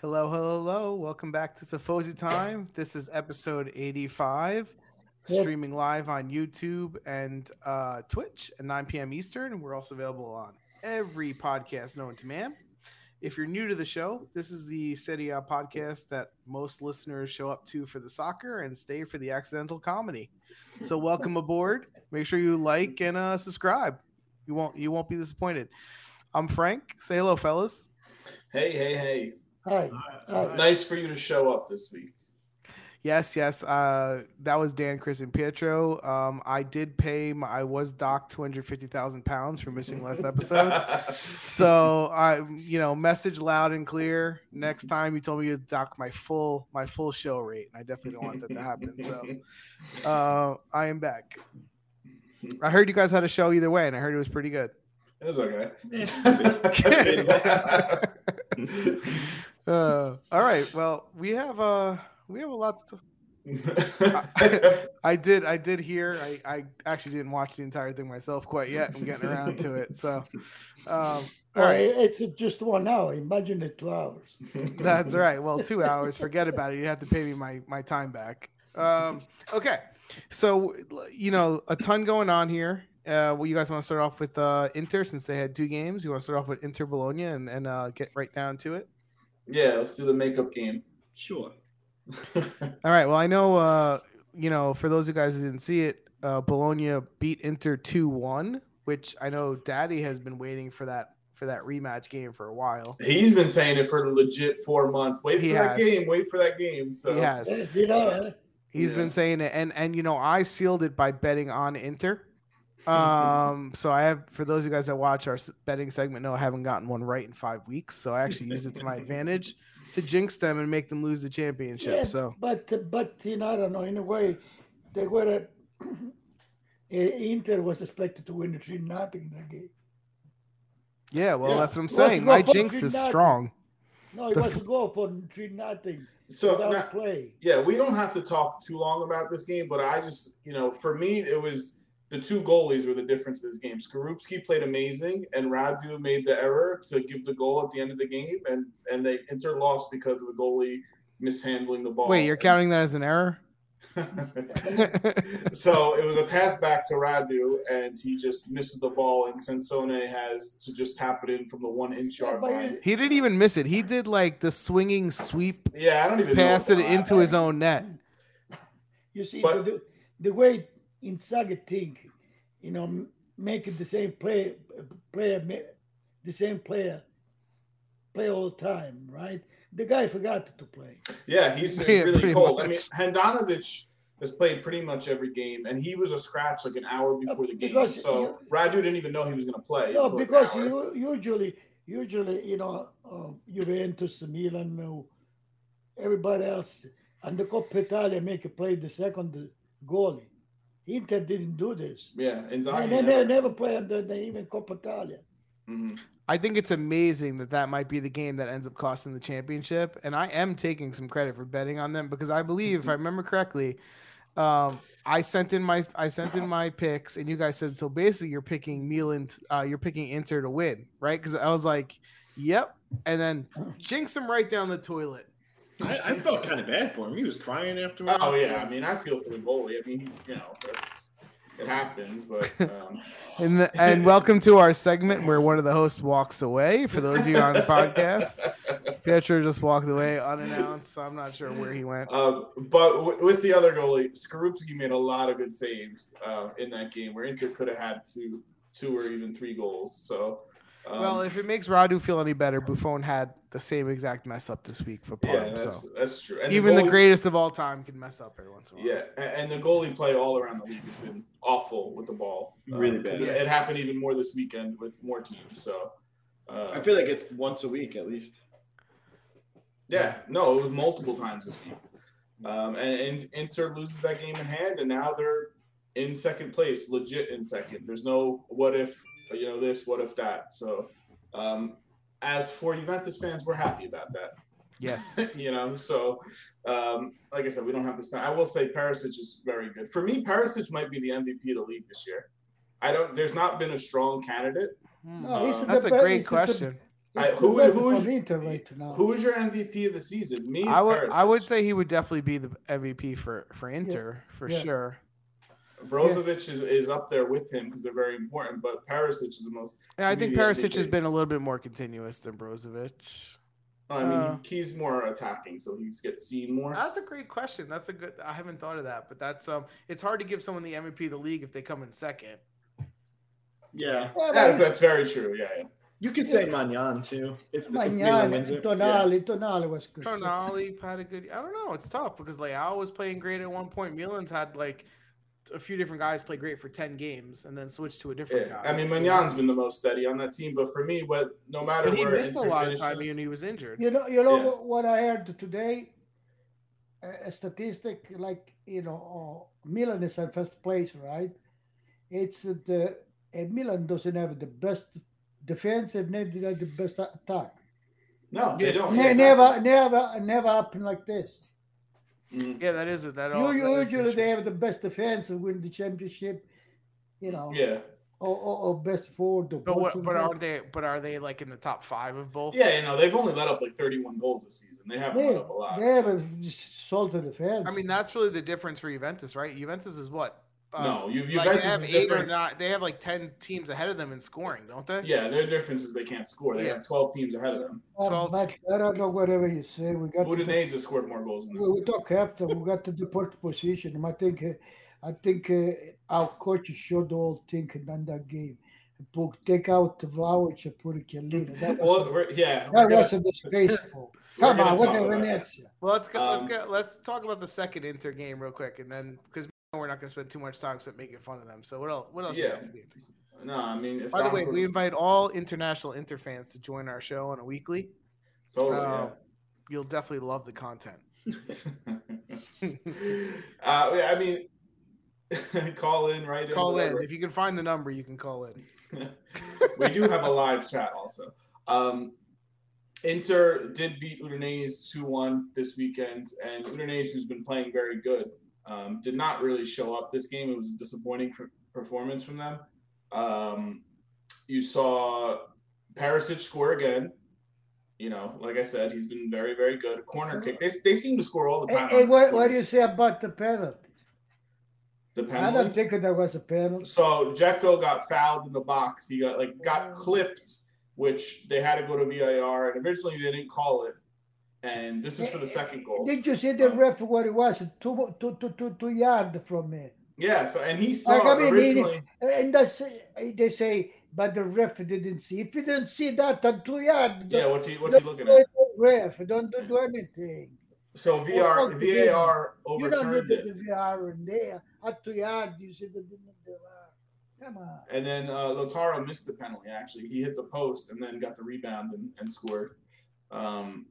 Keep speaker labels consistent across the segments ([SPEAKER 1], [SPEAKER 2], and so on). [SPEAKER 1] Hello, hello, hello. Welcome back to Safosi Time. This is episode 85,
[SPEAKER 2] Yep.
[SPEAKER 1] streaming live on YouTube and uh, Twitch at 9 p.m. Eastern. And we're also available on every podcast known to man. If you're new to the show, this is the Serie A podcast that most listeners show up to for the soccer and stay for the accidental comedy. So welcome aboard. Make sure you like and uh, subscribe. You won't you won't be disappointed. I'm Frank. Say hello, fellas.
[SPEAKER 3] Hey, hey, hey.
[SPEAKER 2] Hi.
[SPEAKER 1] Uh,
[SPEAKER 2] Hi.
[SPEAKER 3] Nice for you to show up this week.
[SPEAKER 1] Yes, yes. Uh, that was Dan, Chris, and Pietro. Um, I did pay. My, I was docked two hundred fifty thousand pounds for missing last episode. so I, you know, message loud and clear. Next time you told me you'd dock my full my full show rate, and I definitely don't want that to happen. So uh, I am back. I heard you guys had a show either way, and I heard it was pretty good.
[SPEAKER 3] it was okay.
[SPEAKER 1] Uh, all right. Well, we have uh we have a lot to I did. I did hear. I, I actually didn't watch the entire thing myself quite yet. I'm getting around to it. So, um, all
[SPEAKER 2] Well,
[SPEAKER 1] right.
[SPEAKER 2] it's just one hour. Imagine the two hours.
[SPEAKER 1] That's all right. Well, two hours. Forget about it. You have to pay me my my time back. Um, okay. So you know, a ton going on here. Uh, well, you guys want to start off with uh, Inter since they had two games. You want to start off with Inter Bologna and and uh, get right down to it.
[SPEAKER 3] yeah, let's do the makeup game.
[SPEAKER 4] Sure.
[SPEAKER 1] All right. Well, I know, uh, you know, for those of you guys who didn't see it, uh, Bologna beat Inter 2 1, which I know Daddy has been waiting for that for that rematch game for a while.
[SPEAKER 3] He's been saying it for legit four months. Wait for
[SPEAKER 1] He
[SPEAKER 3] that
[SPEAKER 1] has.
[SPEAKER 3] game. Wait for that game. So
[SPEAKER 1] he has.
[SPEAKER 2] Eh, You know, eh?
[SPEAKER 1] He's
[SPEAKER 3] Yeah.
[SPEAKER 1] been saying it and and you know, I sealed it by betting on Inter. Um, so I have for those of you guys that watch our s- betting segment, no, I haven't gotten one right in five weeks. So I actually used it to my advantage to jinx them and make them lose the championship.
[SPEAKER 2] Yeah,
[SPEAKER 1] So
[SPEAKER 2] but but in I don't know. In a way, they were. uh, eh, Inter was expected to win three nothing that game.
[SPEAKER 1] yeah, well,
[SPEAKER 3] Yeah.
[SPEAKER 1] that's what I'm
[SPEAKER 2] Let's
[SPEAKER 1] saying.
[SPEAKER 2] go
[SPEAKER 1] My
[SPEAKER 2] for
[SPEAKER 1] jinx is
[SPEAKER 2] 3-0.
[SPEAKER 1] strong.
[SPEAKER 2] No, it
[SPEAKER 1] The
[SPEAKER 2] was
[SPEAKER 1] f-
[SPEAKER 2] go for three nothing
[SPEAKER 3] so
[SPEAKER 2] without
[SPEAKER 3] not-
[SPEAKER 2] play.
[SPEAKER 3] yeah, we don't have to talk too long about this game, but I just, you know, for me, it was the two goalies were the difference of this game. Skorupski played amazing, and Radu made the error to give the goal at the end of the game, and and they Inter lost because of the goalie mishandling the ball.
[SPEAKER 1] Wait, you're counting that as an error?
[SPEAKER 3] so it was a pass back to Radu, and he just misses the ball, and Sensone has to just tap it in from the one inch
[SPEAKER 2] Yeah,
[SPEAKER 3] yard
[SPEAKER 2] but
[SPEAKER 3] line.
[SPEAKER 2] it-
[SPEAKER 1] He didn't even miss it. He did like the swinging sweep,
[SPEAKER 3] Yeah, I don't even know
[SPEAKER 1] passed it
[SPEAKER 3] about
[SPEAKER 1] into
[SPEAKER 3] that.
[SPEAKER 1] his own net.
[SPEAKER 2] You see,
[SPEAKER 3] But-
[SPEAKER 2] the, the way Inzaghi think, you know, m- make it the same play, player, ma- the same player, play all the time, right? The guy forgot to play.
[SPEAKER 3] Yeah, he's
[SPEAKER 1] Yeah,
[SPEAKER 3] really
[SPEAKER 1] pretty
[SPEAKER 3] cold. I mean,
[SPEAKER 1] much.
[SPEAKER 3] Handanovic has played pretty much every game, and he was a scratch like an hour before the game.
[SPEAKER 2] Uh, because
[SPEAKER 3] so Radu didn't even know he was going to play.
[SPEAKER 2] No,
[SPEAKER 3] until an
[SPEAKER 2] because
[SPEAKER 3] hour.
[SPEAKER 2] you, usually, usually, you know, um, Juventus, Milan, uh, everybody else, and the Coppa Italia make a play the second goalie. Inter didn't do this.
[SPEAKER 3] yeah,
[SPEAKER 2] They,
[SPEAKER 3] Inzaghi.
[SPEAKER 2] they, they never play under the even Coppa Italia.
[SPEAKER 3] Mhm.
[SPEAKER 1] I think it's amazing that that might be the game that ends up costing the championship. And I am taking some credit for betting on them because I believe, if I remember correctly, um, I sent in my I sent in my picks, and you guys said so. Basically, you're picking Milan, t- uh, you're picking Inter to win, right? Because I was like, "Yep," and then jinx him right down the toilet.
[SPEAKER 4] I, I felt kind of bad for him. He was crying afterwards.
[SPEAKER 3] Oh yeah, I mean, I feel for the goalie. I mean, you know, that's it happens, but um,
[SPEAKER 1] And, the, and welcome to our segment where one of the hosts walks away. For those of you on the podcast, Pietro just walked away unannounced, so I'm not sure where he went.
[SPEAKER 3] Um, but w- with the other goalie, Skorupski made a lot of good saves uh, in that game, where Inter could have had two, two or even three goals. So, um,
[SPEAKER 1] well, if it makes Radu feel any better, Buffon had the same exact mess up this week for
[SPEAKER 3] yeah,
[SPEAKER 1] Parm.
[SPEAKER 3] that's,
[SPEAKER 1] so
[SPEAKER 3] that's true. And
[SPEAKER 1] even the,
[SPEAKER 3] goalie-
[SPEAKER 1] greatest of all time can mess up every once in a while.
[SPEAKER 3] yeah, a- and the goalie play all around the league has been awful with the ball. Um,
[SPEAKER 4] Really bad.
[SPEAKER 3] 'cause It, it happened even more this weekend with more teams. So, uh,
[SPEAKER 4] I feel like it's once a week at least.
[SPEAKER 3] Yeah, no, it was multiple times this week. Um, and, and Inter loses that game in hand, and now they're in second place, legit in second. There's no what if, you know, this, what if that. So, um, as for Juventus fans, we're happy about that,
[SPEAKER 1] Yes.
[SPEAKER 3] you know. So, um, like I said, we don't have to spend. I will say Perisic is very good. For me, Perisic might be the MVP of the league this year. I don't, there's not been a strong candidate.
[SPEAKER 1] Hmm.
[SPEAKER 2] No, he's
[SPEAKER 3] Uh,
[SPEAKER 2] the
[SPEAKER 1] that's a
[SPEAKER 2] best-
[SPEAKER 1] great
[SPEAKER 2] he's the-
[SPEAKER 1] question.
[SPEAKER 3] I-
[SPEAKER 2] It's the
[SPEAKER 3] who-
[SPEAKER 2] best
[SPEAKER 3] who is-
[SPEAKER 2] from Inter right now.
[SPEAKER 3] Who is your MVP of the season? Me.
[SPEAKER 1] I would I would
[SPEAKER 3] Perisic.
[SPEAKER 1] say he would definitely be the MVP for for Inter for
[SPEAKER 2] Yeah.
[SPEAKER 1] sure.
[SPEAKER 3] Brozovic is, is up there with him because they're very important, but Perisic is the most.
[SPEAKER 1] Yeah, I think
[SPEAKER 3] Yeah,
[SPEAKER 1] Perisic has
[SPEAKER 3] MVP.
[SPEAKER 1] been a little bit more continuous than Brozovic.
[SPEAKER 3] I mean,
[SPEAKER 1] Uh.
[SPEAKER 3] he's more attacking, so he gets seen more.
[SPEAKER 1] That's a great question. That's a good. I haven't thought of that, but that's um. It's hard to give someone the MVP of the league if they come in second.
[SPEAKER 4] Yeah,
[SPEAKER 2] Yeah,
[SPEAKER 3] Yeah,
[SPEAKER 2] but
[SPEAKER 3] that's very true. Yeah, yeah.
[SPEAKER 4] you could say Magnan too if if Milan wins
[SPEAKER 2] Magnani,
[SPEAKER 4] it.
[SPEAKER 2] Tonali, Tonali was good.
[SPEAKER 1] Tonali had a good. I don't know. It's tough because Leao was playing great at one point. Milan's had like a few different guys play great for ten games and then switch to a different
[SPEAKER 3] yeah.
[SPEAKER 1] guy.
[SPEAKER 3] I mean, Mignon's been the most steady on that team, but for me, what no matter
[SPEAKER 1] but he
[SPEAKER 3] where
[SPEAKER 1] missed a
[SPEAKER 3] Inter
[SPEAKER 1] lot of
[SPEAKER 3] finishes-
[SPEAKER 1] time and he was injured.
[SPEAKER 2] You know, you know
[SPEAKER 3] Yeah.
[SPEAKER 2] what- what I heard today. A, a statistic like you know, uh, Milan is in first place, right? It's that the and Milan doesn't have the best defense and neither have the best attack.
[SPEAKER 3] No, they
[SPEAKER 1] Yeah.
[SPEAKER 3] don't.
[SPEAKER 2] Ne-
[SPEAKER 3] Yeah,
[SPEAKER 2] never, never, never happen like this.
[SPEAKER 3] exactly. Mhm.
[SPEAKER 1] Yeah, that is it. That all.
[SPEAKER 2] You
[SPEAKER 1] that is
[SPEAKER 2] usually
[SPEAKER 1] interesting.
[SPEAKER 2] they have the best defense and win the championship, you know,
[SPEAKER 3] Mm. Yeah.
[SPEAKER 2] or, or, or best forward. Or
[SPEAKER 1] But what?
[SPEAKER 2] bottom
[SPEAKER 1] But
[SPEAKER 2] line.
[SPEAKER 1] are they? But are they like in the top five of both?
[SPEAKER 3] Yeah, you know, they've only let up like 31 goals this season. They haven't let
[SPEAKER 2] they,
[SPEAKER 3] up a lot.
[SPEAKER 2] they have a solid defense.
[SPEAKER 1] I mean, that's really the difference for Juventus, right? Juventus is what? Uh,
[SPEAKER 3] no, you, Juventus
[SPEAKER 1] like they have
[SPEAKER 3] is
[SPEAKER 1] eight or
[SPEAKER 3] different.
[SPEAKER 1] nine. They have like ten teams ahead of them in scoring, don't they?
[SPEAKER 3] Yeah, their difference is they can't score. They
[SPEAKER 1] Yeah.
[SPEAKER 3] have 12 teams ahead of them.
[SPEAKER 2] Uh,
[SPEAKER 1] 12.
[SPEAKER 2] Matt, I don't know whatever you say. We got to
[SPEAKER 3] Udinese has scored more goals than
[SPEAKER 2] We
[SPEAKER 3] them.
[SPEAKER 2] will talk after we got to the port position. I think, uh, I think uh, our coach showed the whole thing in that game. Put, take out Vlaovic and put Chiellini. That was,
[SPEAKER 3] Well, we're, yeah,
[SPEAKER 2] that
[SPEAKER 3] we're gonna-
[SPEAKER 2] was disgraceful.
[SPEAKER 3] we're
[SPEAKER 2] Come
[SPEAKER 3] gonna
[SPEAKER 2] on, what
[SPEAKER 3] talk
[SPEAKER 2] the
[SPEAKER 3] about that.
[SPEAKER 2] Venezia?
[SPEAKER 1] Well, let's go. let's
[SPEAKER 3] Um,
[SPEAKER 1] go. Let's talk about the second Inter game real quick, and then because we're not going to spend too much time except making fun of them. So what else? What else? you
[SPEAKER 3] Yeah.
[SPEAKER 1] got for the Inter?
[SPEAKER 3] No, I mean, if
[SPEAKER 1] By the way,
[SPEAKER 3] Dominic-
[SPEAKER 1] we invite all international Inter fans to join our show on a weekly.
[SPEAKER 3] totally,
[SPEAKER 1] uh,
[SPEAKER 3] Oh, yeah.
[SPEAKER 1] You'll definitely love the content.
[SPEAKER 3] uh, yeah, I mean, call in, right?
[SPEAKER 1] call in if you can find the number. You can call in.
[SPEAKER 3] we do have a live chat also. Um, Inter did beat Udinese 2 1 this weekend, and Udinese, who's been playing very good, um, did not really show up this game. It was a disappointing f- performance from them. Um, you saw Perisic score again. You know, like I said, he's been very, very good. Corner kick. They, they seem to score all the
[SPEAKER 2] Oh. Hey,
[SPEAKER 3] time.
[SPEAKER 2] hey,
[SPEAKER 3] on
[SPEAKER 2] what, what do
[SPEAKER 3] corners.
[SPEAKER 2] you say about the penalty?
[SPEAKER 3] The
[SPEAKER 2] I
[SPEAKER 3] penalty.
[SPEAKER 2] don't think that was a penalty.
[SPEAKER 3] So Jekko got fouled in the box. He got like
[SPEAKER 2] Oh.
[SPEAKER 3] got clipped, which they had to go to VIR, and originally they didn't call it. And this is for the second goal.
[SPEAKER 2] Did you see the ref what it was? Two, two, two, two, two yard from me.
[SPEAKER 3] Yeah. So and he saw
[SPEAKER 2] I
[SPEAKER 3] it
[SPEAKER 2] mean, he-
[SPEAKER 3] originally.
[SPEAKER 2] And that's, they say, but the ref didn't see. If you didn't see that on two yards,
[SPEAKER 3] Yeah. What's he What's he
[SPEAKER 2] don't
[SPEAKER 3] looking
[SPEAKER 2] do
[SPEAKER 3] at?
[SPEAKER 2] it, ref, don't do, do anything.
[SPEAKER 3] So
[SPEAKER 2] Well,
[SPEAKER 3] VR
[SPEAKER 2] fuck the game.
[SPEAKER 3] VAR
[SPEAKER 2] You don't
[SPEAKER 3] overturned
[SPEAKER 2] need
[SPEAKER 3] it.
[SPEAKER 2] the VR in there. At two yards, you see the didn't do that. Come on.
[SPEAKER 3] And then uh, Lotaro missed the penalty. Actually, he hit the post and then got the rebound and, and scored. Um,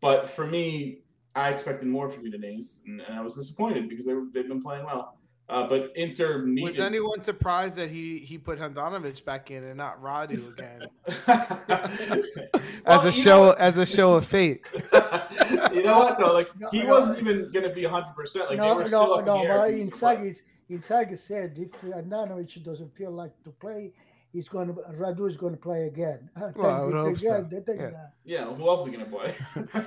[SPEAKER 3] but for me, I expected more from Udinese, and, and I was disappointed because they were, they've been playing well. Uh, but Inter
[SPEAKER 1] Was
[SPEAKER 3] needed.
[SPEAKER 1] anyone surprised that he he put Handanovic back in and not Radu again as
[SPEAKER 3] Well,
[SPEAKER 1] a
[SPEAKER 3] you
[SPEAKER 1] show as a show of fate?
[SPEAKER 3] know- you know what though? Like
[SPEAKER 2] No,
[SPEAKER 3] he
[SPEAKER 2] no.
[SPEAKER 3] wasn't even gonna be hundred percent. Like they
[SPEAKER 2] no,
[SPEAKER 3] were still
[SPEAKER 2] no,
[SPEAKER 3] up in
[SPEAKER 2] no.
[SPEAKER 3] the air.
[SPEAKER 2] But
[SPEAKER 3] if he was gonna play.
[SPEAKER 2] Inzaghi, Inzaghi said if Andanovic doesn't feel like to play, he's going to, Radu is going to play again. I think
[SPEAKER 1] I would
[SPEAKER 2] they-
[SPEAKER 1] hope
[SPEAKER 2] they-
[SPEAKER 1] so.
[SPEAKER 2] they think
[SPEAKER 1] Yeah.
[SPEAKER 2] that.
[SPEAKER 3] Yeah, who else is gonna play?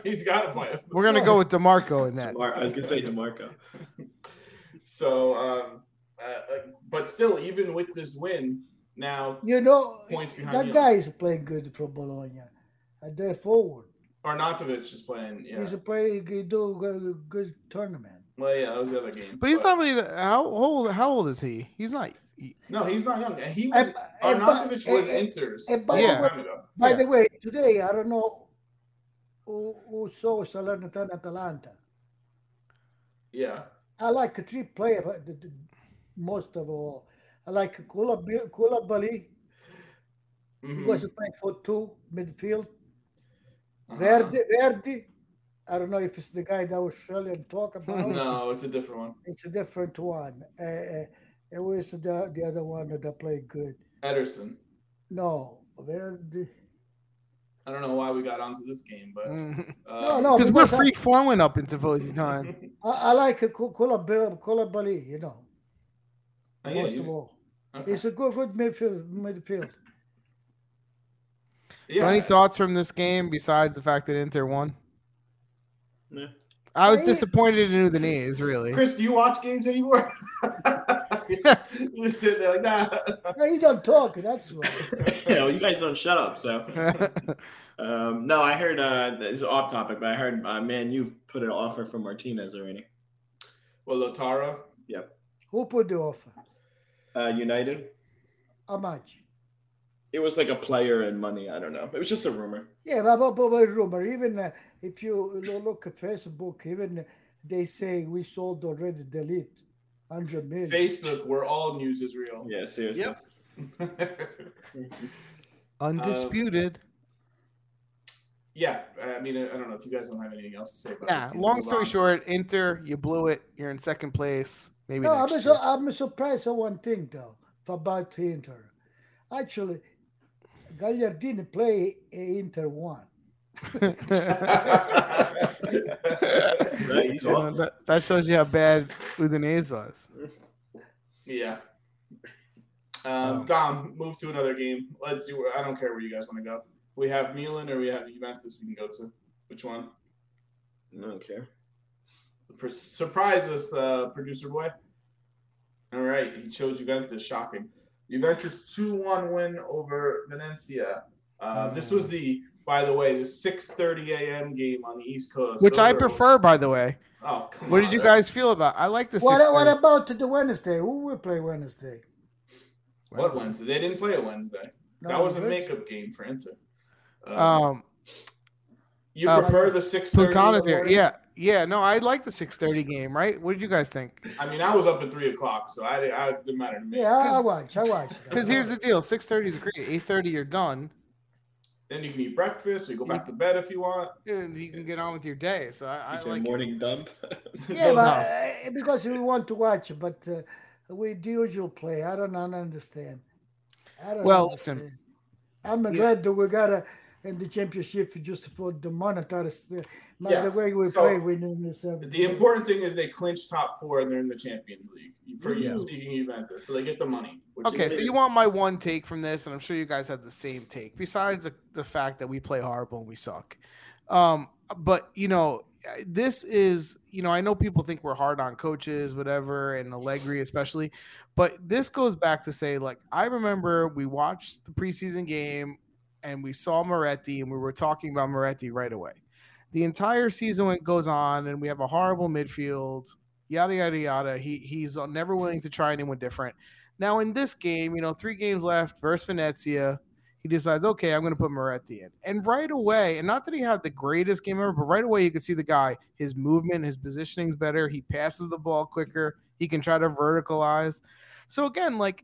[SPEAKER 3] He's gotta play. him.
[SPEAKER 1] We're gonna go with Demarco in that.
[SPEAKER 4] Demar- I was gonna say Demarco.
[SPEAKER 3] So, um, uh, like, but still, even with this win, now
[SPEAKER 2] You know,
[SPEAKER 3] points behind
[SPEAKER 2] that
[SPEAKER 3] you.
[SPEAKER 2] guy is playing good for Bologna. Uh, They're forward.
[SPEAKER 3] Arnautovic is playing. Yeah,
[SPEAKER 2] He's a play. He do good, good tournament.
[SPEAKER 3] well, yeah, that was the other game.
[SPEAKER 1] But he's not really that, how old. How old is he? He's not. he-
[SPEAKER 3] No, he's not young, and he was.
[SPEAKER 2] And- and by-
[SPEAKER 3] Arnautovic was
[SPEAKER 2] and-
[SPEAKER 3] Inter's.
[SPEAKER 2] and by
[SPEAKER 3] a long
[SPEAKER 1] the
[SPEAKER 2] way-
[SPEAKER 3] time ago.
[SPEAKER 2] By
[SPEAKER 1] yeah.
[SPEAKER 2] the way, today I don't know who, who saw Salernitana Atalanta.
[SPEAKER 3] Yeah.
[SPEAKER 2] I like three players, but the, the, most of all, I like Koulibaly. Koulibaly, He
[SPEAKER 3] Mhm.
[SPEAKER 2] was playing for two midfield.
[SPEAKER 3] Uh-huh.
[SPEAKER 2] Verdi, Verdi. I don't know if it's the guy that Australian talk about.
[SPEAKER 3] No, it's a different one.
[SPEAKER 2] It's a different one. Uh, uh, it was the, the other one that played good.
[SPEAKER 3] Ederson.
[SPEAKER 2] No, Verdi.
[SPEAKER 3] I don't know why we got onto this game, but
[SPEAKER 1] Mm.
[SPEAKER 3] uh,
[SPEAKER 2] no,
[SPEAKER 1] Because we're
[SPEAKER 2] because I-
[SPEAKER 1] free flowing up into Vozy time.
[SPEAKER 2] I, I like Kou- Koulibaly, Koulibaly, you know,
[SPEAKER 3] Oh, yeah,
[SPEAKER 2] most
[SPEAKER 3] you-
[SPEAKER 2] of all.
[SPEAKER 3] okay.
[SPEAKER 2] It's a good, good midfield. midfield.
[SPEAKER 1] So, any thoughts from this game besides the fact that Inter won?
[SPEAKER 4] No.
[SPEAKER 1] I was
[SPEAKER 2] I-
[SPEAKER 1] disappointed in Udinese, really.
[SPEAKER 3] Chris, do you watch games anymore? You're sitting there like, nah.
[SPEAKER 2] No, you don't talk. That's why.
[SPEAKER 4] Yeah, well, you guys don't shut up. So,
[SPEAKER 1] Uh,
[SPEAKER 4] um, no, I heard uh, it's off topic, but I heard, uh, man, you've put an offer for Martinez already.
[SPEAKER 3] Well, Lotara,
[SPEAKER 2] Who put the offer?
[SPEAKER 4] Uh, United.
[SPEAKER 2] How much?
[SPEAKER 4] It was like a player and money. I don't know. It was just a rumor.
[SPEAKER 2] Yeah, but but- but- but rumor. Even uh, if you lo- look at Facebook, even uh, they say we sold already. Delete, hundred million.
[SPEAKER 3] Facebook, where all news is real.
[SPEAKER 4] Yeah, seriously.
[SPEAKER 1] Yep. Undisputed.
[SPEAKER 3] yeah, I mean, I I don't know if you guys don't have anything else to say about
[SPEAKER 1] yeah.
[SPEAKER 3] this. game.
[SPEAKER 1] Long
[SPEAKER 3] Move
[SPEAKER 1] story
[SPEAKER 3] on.
[SPEAKER 1] short, Inter, you blew it. You're in second place. Maybe.
[SPEAKER 2] No, I'm
[SPEAKER 1] next
[SPEAKER 2] so
[SPEAKER 1] year.
[SPEAKER 2] I'm surprised at one thing though about Inter. Actually, Gagliardini play uh, Inter one.
[SPEAKER 4] Right, he's
[SPEAKER 1] You know,
[SPEAKER 4] awful.
[SPEAKER 1] that, that shows you how bad Udinese was.
[SPEAKER 3] yeah.
[SPEAKER 1] Oh.
[SPEAKER 3] Um, Dom, move to another game. Let's do. I don't care where you guys want to go. We have Milan or we have Juventus. We can go to which one?
[SPEAKER 4] I don't care.
[SPEAKER 3] Pr- surprise us, uh, producer boy. All right, he chose Juventus. Shocking. Juventus 2 1 win over Valencia.
[SPEAKER 2] Mm.
[SPEAKER 3] Uh, This was the, by the way, the 6:30 a.m. game on the East Coast.
[SPEAKER 1] Which
[SPEAKER 3] Those
[SPEAKER 1] I
[SPEAKER 3] are-
[SPEAKER 1] prefer, by the way.
[SPEAKER 3] Oh, come
[SPEAKER 1] What
[SPEAKER 3] on,
[SPEAKER 1] did you
[SPEAKER 3] that-
[SPEAKER 1] guys feel about? I like the
[SPEAKER 2] What, what
[SPEAKER 1] 6:30.
[SPEAKER 2] about the Wednesday? Who will play Wednesday?
[SPEAKER 3] What Wednesday? They didn't play a Wednesday.
[SPEAKER 2] No,
[SPEAKER 3] that was a
[SPEAKER 2] good.
[SPEAKER 3] makeup game for Inter. Uh,
[SPEAKER 1] Um,
[SPEAKER 3] you
[SPEAKER 1] uh,
[SPEAKER 3] prefer the 6:30?
[SPEAKER 1] Plutana's
[SPEAKER 3] in the
[SPEAKER 1] here.
[SPEAKER 3] morning?
[SPEAKER 1] Yeah, yeah. No, I like the 6:30 game. Right? What did you guys think?
[SPEAKER 3] I mean, I was up at three o'clock, so I, I it didn't matter to me.
[SPEAKER 2] Yeah, I, I
[SPEAKER 1] Cause-
[SPEAKER 2] watch. I watch.
[SPEAKER 1] Because here's the deal: 6:30 is great. 8:30, you're done,
[SPEAKER 3] Then you can eat breakfast or you go back to bed if you want.
[SPEAKER 1] and you can get on with your day. So I, I
[SPEAKER 4] Okay,
[SPEAKER 1] like. it.
[SPEAKER 4] morning dump.
[SPEAKER 2] yeah,
[SPEAKER 1] Goes
[SPEAKER 2] but,
[SPEAKER 1] on.
[SPEAKER 2] uh, because we want to watch, it, but uh, we the usual play. I don't, I don't understand. I don't
[SPEAKER 1] Well, listen.
[SPEAKER 2] understand. I'm
[SPEAKER 1] Yeah.
[SPEAKER 2] glad that we got a in the championship just for the monitors. uh, By
[SPEAKER 3] Yes.
[SPEAKER 2] the way, we
[SPEAKER 3] So,
[SPEAKER 2] play, we need seven.
[SPEAKER 3] The important thing is they clinch top four and they're in the Champions League for
[SPEAKER 1] Yeah.
[SPEAKER 3] speaking Juventus, so they get the money. which is
[SPEAKER 1] Mm. Okay, so
[SPEAKER 3] big.
[SPEAKER 1] you want my one take from this, and I'm sure you guys have the same take. Besides the, the fact that we play horrible and we suck, um, but you know, this is you know I know people think we're hard on coaches, whatever, and Allegri especially, but this goes back to say like I remember we watched the preseason game and we saw Moretti and we were talking about Moretti right away. The entire season went- goes on and we have a horrible midfield, yada yada yada. He he's never willing to try anyone different. Now in this game, you know, three games left versus Venezia, he decides, okay, I'm going to put Moretti in, and right away, and not that he had the greatest game ever, but right away you could see the guy, his movement, his positioning's better. He passes the ball quicker. He can try to verticalize. So again, like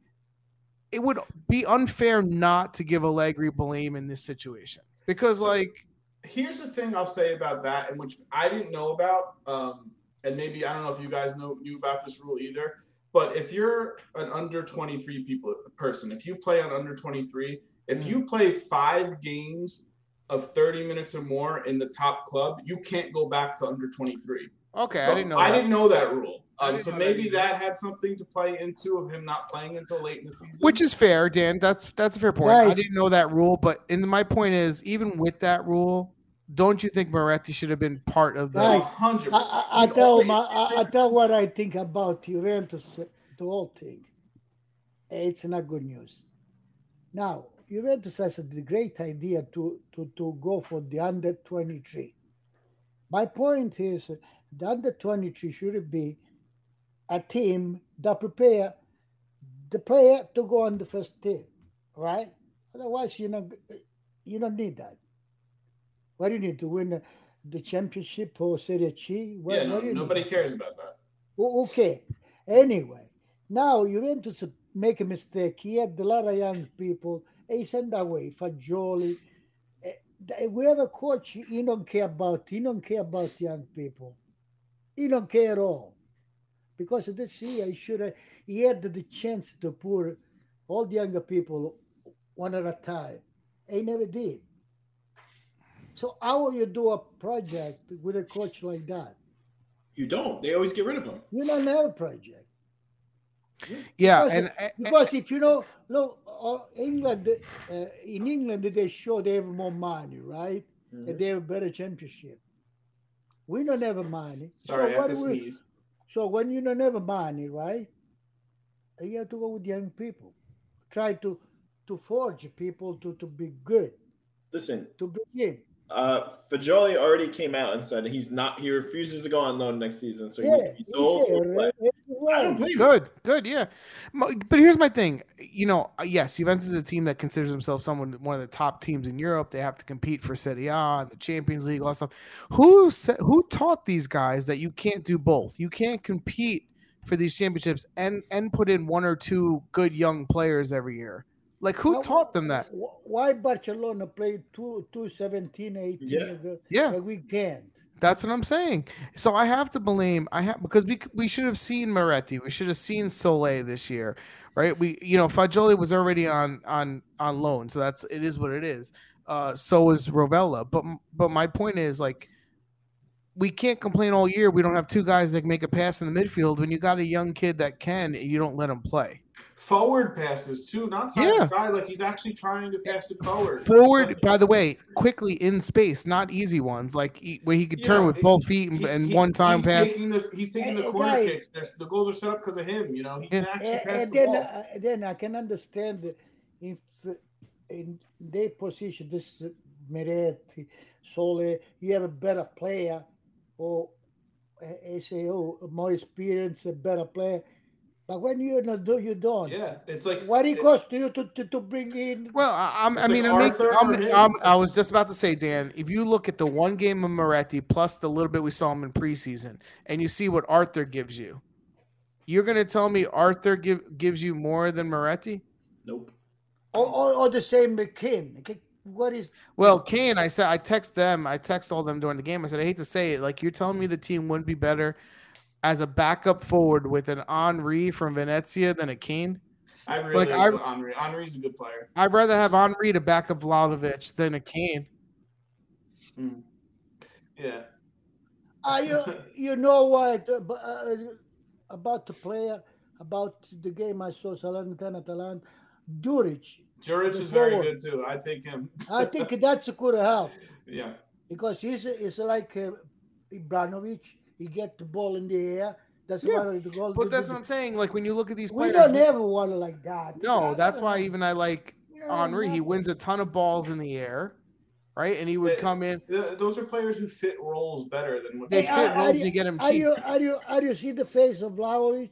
[SPEAKER 1] it would be unfair not to give Allegri blame in this situation because, like,
[SPEAKER 3] here's the thing I'll say about that, and which I didn't know about, um, and maybe I don't know if you guys know knew about this rule either. But if you're an under 23 people person, if you play on under 23,
[SPEAKER 1] Mm.
[SPEAKER 3] if you play five games of 30 minutes or more in the top club, you can't go back to under 23.
[SPEAKER 1] okay,
[SPEAKER 3] So
[SPEAKER 1] I didn't know.
[SPEAKER 3] I
[SPEAKER 1] that.
[SPEAKER 3] didn't know that rule.
[SPEAKER 1] I
[SPEAKER 3] Um,
[SPEAKER 1] didn't
[SPEAKER 3] so
[SPEAKER 1] know that
[SPEAKER 3] maybe
[SPEAKER 1] either.
[SPEAKER 3] that had something to play into of him not playing until late in the season.
[SPEAKER 1] Which is fair, Dan. That's that's a fair point. I
[SPEAKER 2] Guys.
[SPEAKER 1] didn't know that rule, but and my point is, even with that rule, don't you think Moretti should have been part of the?
[SPEAKER 2] Guys,
[SPEAKER 3] hundred.
[SPEAKER 2] I, I, I tell my, I, I tell what I think about Juventus, the whole thing. It's not good news. Now Juventus has a great idea to to to go for the under twenty three. My point is the under twenty three should be a team that prepare the player to go on the first team, right? Otherwise, you know, you don't need that. What do you need to win the championship or Serie C? What,
[SPEAKER 3] yeah, no,
[SPEAKER 2] what do you need
[SPEAKER 3] nobody
[SPEAKER 2] that?
[SPEAKER 3] cares about that.
[SPEAKER 2] O- Okay. Anyway, now Juventus make a mistake. He had a lot of young people. He sent away Fagioli. Eh, th- We have a coach. He he don't care about. He don't care about young people. He don't care at all, because this year he should. have- He had the chance to pour all the younger people one at a time. He never did. So how you do a project with a coach like that?
[SPEAKER 4] You don't. They always get rid of him.
[SPEAKER 2] You don't have a project.
[SPEAKER 1] Yeah,
[SPEAKER 2] Because-
[SPEAKER 1] and, and-
[SPEAKER 2] Because if you know, look, uh, England, uh, in England, they show they have more money, right? And they have better championship. We don't have money.
[SPEAKER 3] Sorry,
[SPEAKER 2] so,
[SPEAKER 3] I had
[SPEAKER 2] what
[SPEAKER 3] to
[SPEAKER 2] we-
[SPEAKER 3] sneeze.
[SPEAKER 2] so when you don't have money, right? You have to go with young people. Try to to forge people to, to be good,
[SPEAKER 4] Listen,
[SPEAKER 2] to begin.
[SPEAKER 4] uh, Fajoli already came out and said he's not. He refuses to go on loan next season, so
[SPEAKER 2] Yeah,
[SPEAKER 4] he's
[SPEAKER 2] he's
[SPEAKER 4] sold.
[SPEAKER 2] here,
[SPEAKER 4] or let.
[SPEAKER 2] right?
[SPEAKER 4] I don't blame him.
[SPEAKER 1] good, good, yeah. Mo- But here's my thing. You know, uh, yes, Juventus is a team that considers themselves someone one of the top teams in Europe. They have to compete for Serie A and the Champions League, all that stuff. Who sa- who taught these guys that you can't do both? You can't compete for these championships and and put in one or two good young players every year. Like who
[SPEAKER 2] Well,
[SPEAKER 1] taught them that?
[SPEAKER 2] Wh- Why Barcelona played two, two 17, 18
[SPEAKER 4] Yeah.
[SPEAKER 2] ago,
[SPEAKER 1] Yeah.
[SPEAKER 2] and we can't?
[SPEAKER 1] That's what I'm saying. So I have to blame I have because we c- we should have seen Moretti, we should have seen Soleil this year, right? We you know Fagioli was already on on on loan, so that's it is what it is. Uh, so is Rovella, but m- but my point is like we can't complain all year. We don't have two guys that can make a pass in the midfield when you got a young kid that can. You don't let him play
[SPEAKER 3] Forward passes too, not side
[SPEAKER 1] Yeah.
[SPEAKER 3] to side. Like he's actually trying to pass it forward.
[SPEAKER 1] forward. By the way, quickly in space, not easy ones like he, where he could turn
[SPEAKER 3] Yeah,
[SPEAKER 1] with
[SPEAKER 3] it-
[SPEAKER 1] both feet and,
[SPEAKER 3] He-
[SPEAKER 1] and
[SPEAKER 3] he-
[SPEAKER 1] one time
[SPEAKER 3] he's
[SPEAKER 1] pass.
[SPEAKER 3] Taking the, he's taking
[SPEAKER 2] Hey,
[SPEAKER 3] the corner
[SPEAKER 2] guys.
[SPEAKER 3] kicks. There's, the goals are set up because of him. You know, he can actually
[SPEAKER 2] And,
[SPEAKER 3] pass
[SPEAKER 2] and
[SPEAKER 3] the
[SPEAKER 2] then,
[SPEAKER 3] ball.
[SPEAKER 2] uh, then I can understand if uh, in their position, this uh, Meret, Sole, you have a better player, or I say, oh, more experience, a better player. But when you not do, you don't.
[SPEAKER 3] yeah, it's like
[SPEAKER 2] uh, What it
[SPEAKER 3] it-
[SPEAKER 2] cost you to, to, to bring in?
[SPEAKER 1] Well, I, I'm, I
[SPEAKER 3] It's like
[SPEAKER 1] mean, I, make,
[SPEAKER 3] Arthur or
[SPEAKER 1] I'm,
[SPEAKER 3] him.
[SPEAKER 1] I'm, I was just about to say, Dan, if you look at the one game of Moretti plus the little bit we saw him in preseason, and you see what Arthur gives you, you're going to tell me Arthur give, gives you more than Moretti?
[SPEAKER 4] Nope.
[SPEAKER 2] Or, or, or the same with Kim. Okay, What is
[SPEAKER 1] Well, Kane, I said, I text them, I text all them during the game. I said, I hate to say it, like you're telling me the team wouldn't be better as a backup forward with an Henri from Venezia than a Kane.
[SPEAKER 3] I really
[SPEAKER 1] Like,
[SPEAKER 3] like,
[SPEAKER 1] I-
[SPEAKER 3] Henri. Henri's a good player.
[SPEAKER 1] I'd rather have Henri to back up Vlahovic than a Kane.
[SPEAKER 3] Yeah,
[SPEAKER 2] Ah, you, you know what uh, b- uh, about the player, about the game I saw Salernitana Atalanta, Duric.
[SPEAKER 3] Juric
[SPEAKER 2] He's a
[SPEAKER 3] is very
[SPEAKER 2] forward.
[SPEAKER 3] good too. I take him.
[SPEAKER 2] I think that's could help
[SPEAKER 3] Yeah,
[SPEAKER 2] because he's is like uh, Ibranovic. He get the ball in the air. That's
[SPEAKER 1] Yeah,
[SPEAKER 2] one of the goals.
[SPEAKER 1] But that's what I'm saying. Like when you look at these
[SPEAKER 2] we
[SPEAKER 1] players,
[SPEAKER 2] don't
[SPEAKER 1] who-
[SPEAKER 2] have one like that.
[SPEAKER 1] No, that's why
[SPEAKER 2] he
[SPEAKER 1] even I like Henri. He wins a ton of balls in the air, right? And he would
[SPEAKER 3] Yeah.
[SPEAKER 1] come in.
[SPEAKER 3] Th- those are players who fit roles better than what
[SPEAKER 1] They
[SPEAKER 2] Hey,
[SPEAKER 1] fit
[SPEAKER 2] I-
[SPEAKER 1] roles
[SPEAKER 2] I-
[SPEAKER 1] and you get him
[SPEAKER 2] Are
[SPEAKER 1] cheap.
[SPEAKER 2] you are you are you see the face of Vlaovic?